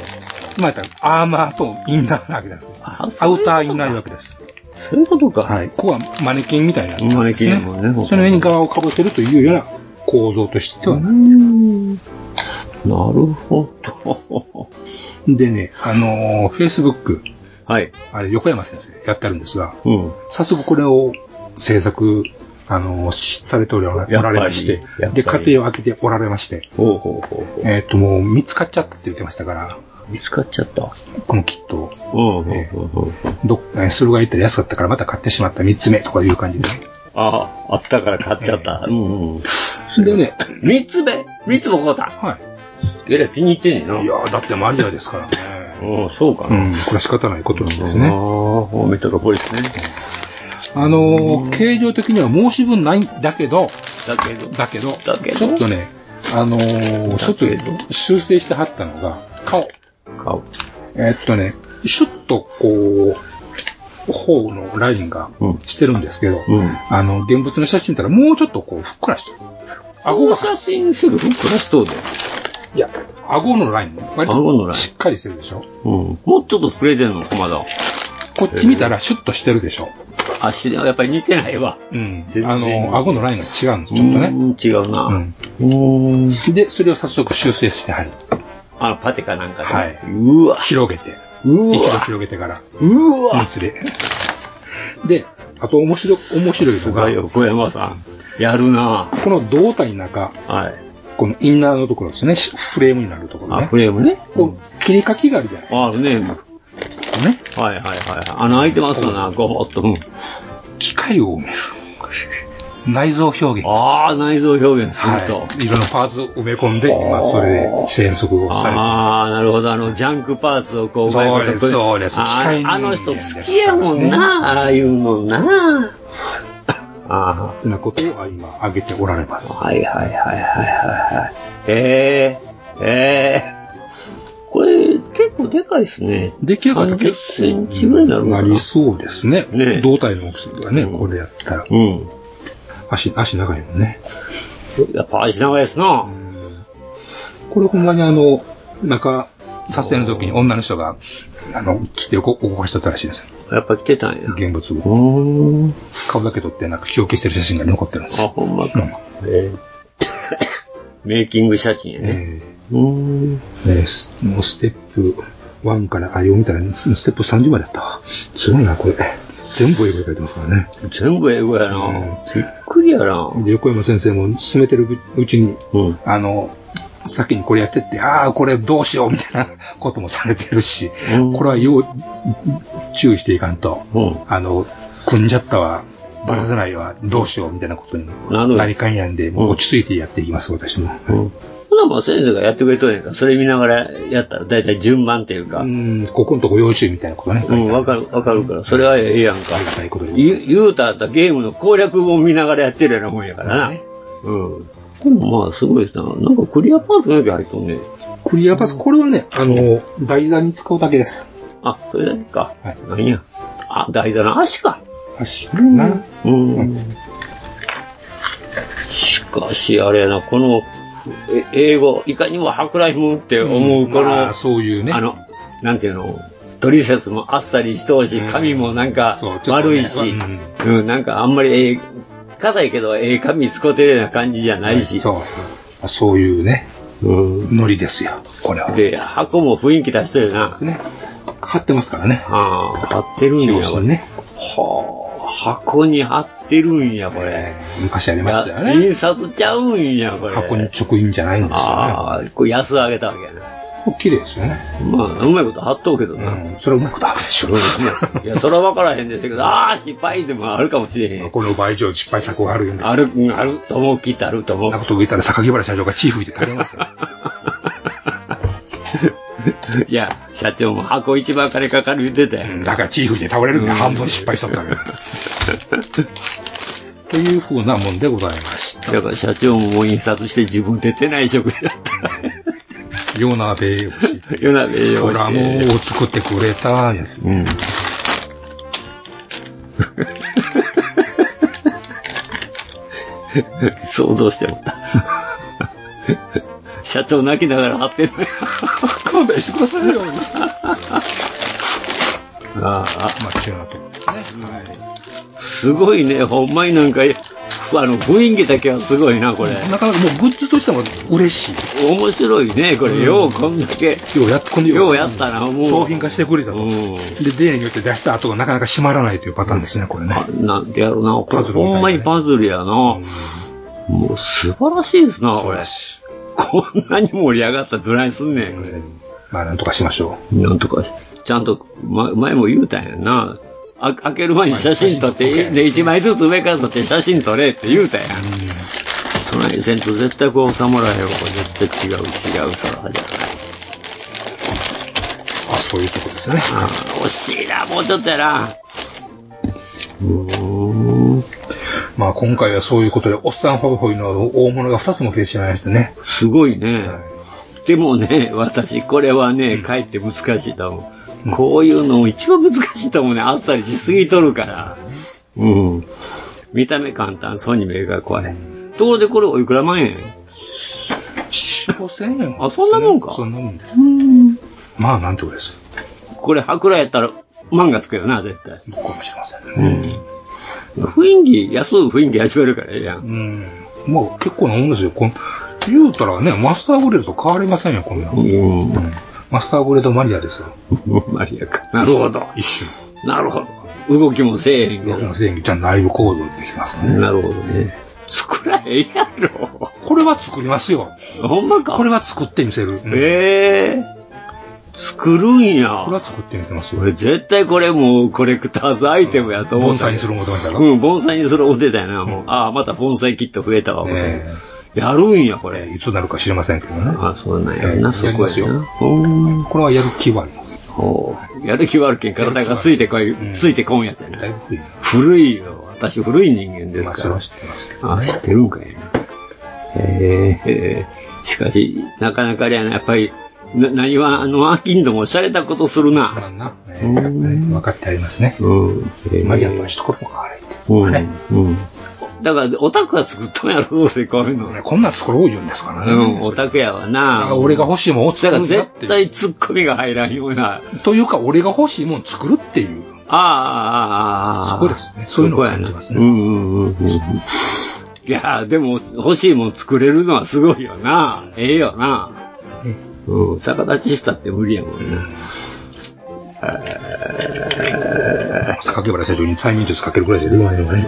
まあ、アーマーとインナーなわけです。あアウターインナーなわけです。す。そういうことか。はい。ここはマネケンみたいになってるんマネですキンね。やもんね、ほんとその上に側をかぶせるというような構造としては、なるほど。 でね、あのー、Facebook、はい。あれ、横山先生やってあるんですが、うん。早速これを制作、あの、しされておらおやっぱらりれましてやっぱり、で、家庭を開けておられまして、ほうほうほうほう。えっ、と、もう見つかっちゃったって言ってましたから、見つかっちゃった。このキットを、うん、うん、うん。どっか、えーそれが言ったら安かったからまた買ってしまった3つ目とかいう感じで。ああ、あったから買っちゃった。うん、うん。でね、三つ目三つもこうた。はえらい気に入ってんねんな。い。いやーだってマリアですからね。うん、 そうかうな。ん、これは仕方ないことなんですああね。ー、メトロポリスね。あのー形状的には申し分ないんだけど、だけど、だけど、だけどちょっとね、あのー、ちょっと修正してはったのが、顔。買う。えっとね、シュッとこう、頬のラインがうんしてるんですけど、うんあの、現物の写真見たらもうちょっとこう、ふっくらしてる。顎こがの、写真すぐふっくらしとうで。いや、顎のライン、割顎のラインとしっかりしてるでしょ。うん。もうちょっと膨れてんの、まだ。こっち見たらシュッとしてるでしょ。あ、し、やっぱり似てないわ。うん。全然あの、顎のラインが違うんです、ちょっとね。違うな。うん。で、それを早速修正してはる。あの、パテかなんかで。ははい。うわ。広げて。う一度わ。広げてから。うわ。熱で。で、あと面白い、面白いすのごがい、よ、小山さん。やるなこの胴体の中、はい。このインナーのところですね、しフレームになるところあ、ねフ。レームね。こう切り欠きがあるじゃないあるね。ですかね。はいはいはい。穴開いてますよな、ごぼっと。うん。機械を埋める。内臓表現。ああ、内臓表現すると。はい。いろんなパーツを埋め込んで、今それで生息をされてる。ああ、なるほど。あの、ジャンクパーツをこう、そうですうまいことそうですあ機械人ー間あの人好きやもんですからな、ああいうのな。 あってなことを今挙げておられますあ、。はいはいはいはいはいはい。ええ、ええ。これ、結構でかいですね。できれば30センチぐらいになるのなかな。りそうですね。ね胴体の大きさがね、これやったら。うん。足、足長いのね。やっぱ足長いですな。これほんまにあの、中、撮影の時に女の人が、あの、着て動かしとったらしいです。やっぱ来てたんや。現物を。ん。顔だけ撮って、なんか日焼けしてる写真が残ってるんですあ、よ。ほんまうか。んええメイキング写真やね。えうん。ーえーすもうステップ1から、あ、よ見たら、スステップ30までやったわ。すごいな、これ。全部英語で書いてますからね。全部英語やな。びっくりやな。で横山先生も進めてるうちに、うん。あの、先にこれやってって、ああ、これどうしようみたいなこともされてるし、うんこれは要、注意していかんと、うんあの、組んじゃったわ、バラさないわ、どうしようみたいなことになるなりかんやんで、もう落ち着いてやっていきます、私も。うん。ほな、まあ先生がやってくれとるやんか。それ見ながらやったら、だいたい順番っていうか。ううん、ん、ここのとこ要注意みたいなことね。わかる、わかるから。それはええやんかあり。がたいことで。ゆ言うたらゲームの攻略を見ながらやってるようなもんやからな。うん。でもまあ、すごいですな。なんかクリアパーツだけ入っとんね。クリアパス、これはね、あの、台座に使うだけです。あ、それだけか。はい何や。あ、台座の足か。足かな。うん。しかし、あれやな、この、え英語、いかにも舶来文って思う、この、まあそういうね。あの、なんていうの、トリセツもあっさりしてほしい、うん髪もなんかそうちょっと悪ねいし、うんうん、なんかあんまりええ、硬いけどええ髪使ってるような感じじゃないし、そう。そういうね、うんノリですよ、これは。で、箱も雰囲気出してるなです。ね。貼ってますからね。ああ、貼ってるんや、表こ紙れ。にね。はあ、箱に貼ってるんや、これ。昔ありましたよいやね。印刷ちゃうんや、これ。箱に直印じゃないんですよああ、これ安上げたわけやな。ね。綺麗ですよね。まあ、うまいこと貼っとうけどうな。ん。それはうまいことあるでしょ。いや、それは分からへんですけど、ああ、失敗でもあるかもしれへ ん。この場以上失敗作があるんですよ。ある、うんあると思う、きっとあるとそ思んなう こ。と言ったら榊原社長が血吹いて食べますよ。いや、社長も箱一番金かかる言ってたや。うんんだから血吹いて倒れるんで半分失敗しとったから。 というふうなもんでございましだから社長ももう印刷して自分で手ない職でやった。た。ような米用紙。夜なべよコラムを作ってくれたんです うね。ん。 想像してもった。 社長泣きながら貼ってる。勘弁してくださいよ。まああ。あ、中なとこですね。すごいね、ほんまになんか、あの、雰囲気だけはすごいな、これ。なかなかもうグッズとしても嬉しい。面白いね、これ。よう、こんだけ。ようやっこのようやったな、もう。商品化してくれたと。うで、例によって出した後がなかなか閉まらないというパターンですね、これね。ん。なんてやろな、これパズルみたいなねほんまにパズルやな。もう素晴らしいですな、これ。こんなに盛り上がったらどないすんねん、これ。まあ、なんとかしましょなんとか、ちゃんと、ま、前も言うたんやな。あ開ける前に写真撮って、で、一枚ずつ上から撮って写真撮れって言うたんやん。そないせんと絶対こう収まらへんわ。これ絶対違う、違う、そらじゃない。う。あ、そういうとこですね。あー惜しいな、もうちょっとやな。うーん。まあ、今回はそういうことで、おっさんホイホイの大物が2つも来てしまいましたね。すごいね。でもね、私、これはね、かえって難しいと思う。こういうの一番難しいと思うね。あっさりしすぎとるから。うん。見た目簡単そうに見えるから怖い。ところでこれおいくら万円5000円。あ、そんなもんか。そんなもんです。うん。まあ、なんてことです。これ、博覧やったら、漫画つくよな、絶対。かもしれません。うん。雰囲気、安い雰囲気味わえるからええやん。うん。まあ、結構なもんですよ。こん言うたらね、マスターグレードと変わりませんよ、こんなの。うんマスターグレードマリアですよ。マリアか。なるほど。一瞬。なるほど。動きもせえへんけど。僕の正義じゃあ内部構造できますね。なるほどね。作らへんやろ。これは作りますよ。ほんまか。これは作ってみせる。ええ作るんや。これは作ってみせますよ。俺絶対これもうコレクターズアイテムやと思う。盆栽にする思うてましたかうん、盆栽にする思ってたよな、もう。ああ、また盆栽キット増えたわ、これやるんや、これ。いつなるか知りませんけどね。あそうなんやな、ええそこやりまやすよな。これはやる気はあります。ほうやる気はあるけん、体がついてこい、ついてこんやつやな。古いよ。私古い人間ですから。まあそれは知ってますけどあ、知ってるんかいな。へえへえしかし、なかなかあれやな、やっぱり、な、何は、あの、アキンドも洒落たことするな。分かってありますね。マリアとは一言も変わらない。うん。うん。だから、オタクが作ったんやろ、どうせこういうの。こんなん作ろう言うんですからね。うん、オタクやわな。俺が欲しいもんを作だるからんだっ絶対ツッコミが入らんような。というか、俺が欲しいもん作るっていう。ああ、ああ、ああ。そこですねそういうのをそこやなうんうんうんうん。いやー、でも、欲しいもん作れるのはすごいよな。ええよな。うん、逆立ちしたって無理やもんな。 榊原社長に催眠術かけるぐらいでるわよね。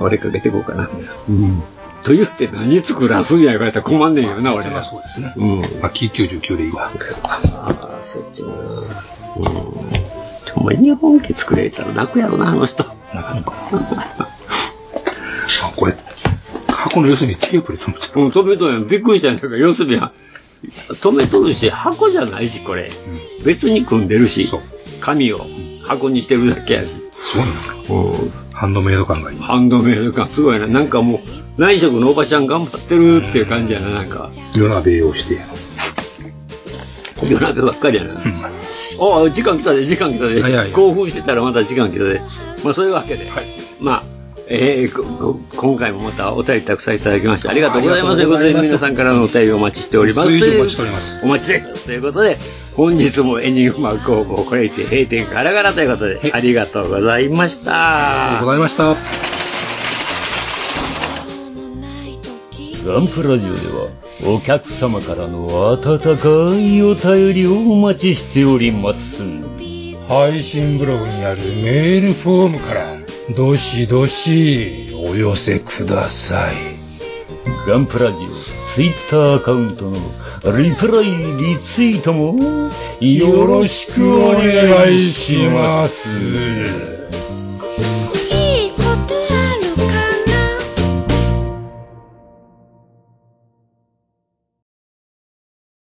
俺かけてこうかな。うん。と言って何作らすんや言われたら困んねんよな、俺まあら。そうですね。うん。まあ、キー99でいいわ。ああ、そっちもな。うん。ほんま日本家作れたら泣くやろな、あの人。あ、これ、箱の四隅にテープで止めてうん、止めとんやん。びっくりしたんやんか。要するに、止めとるし、箱じゃないし、これ。別に組んでるし、紙を箱にしてるだけやし。る。ハンドメイド感がいい。ハンドメイド感すごいな。なんかもう、内職のおばちゃん頑張ってるっていう感じやな、なんか。夜鍋用してや夜中ばっかりやな。ああ、時間来たで、時間来たで。興奮してたらまた時間来たで。まあ、そういうわけで。まあ、えーここ今回もまたお便りたくさんいただきまして、ありがとうございます。あといりうがうごことざで、います皆さんからのお便りをお待ちしております。随時お待ちしております。お待ちでということで、本日もエニグマ工房これにて閉店ガラガラということで、ありがとうございました。ありがとうございました。ガンプラジオではお客様からの温かいお便りをお待ちしております。配信ブログにあるメールフォームからどしどしお寄せくださいガンプラジオツイッターアカウントのリプライリツイートもよろしくお願いします。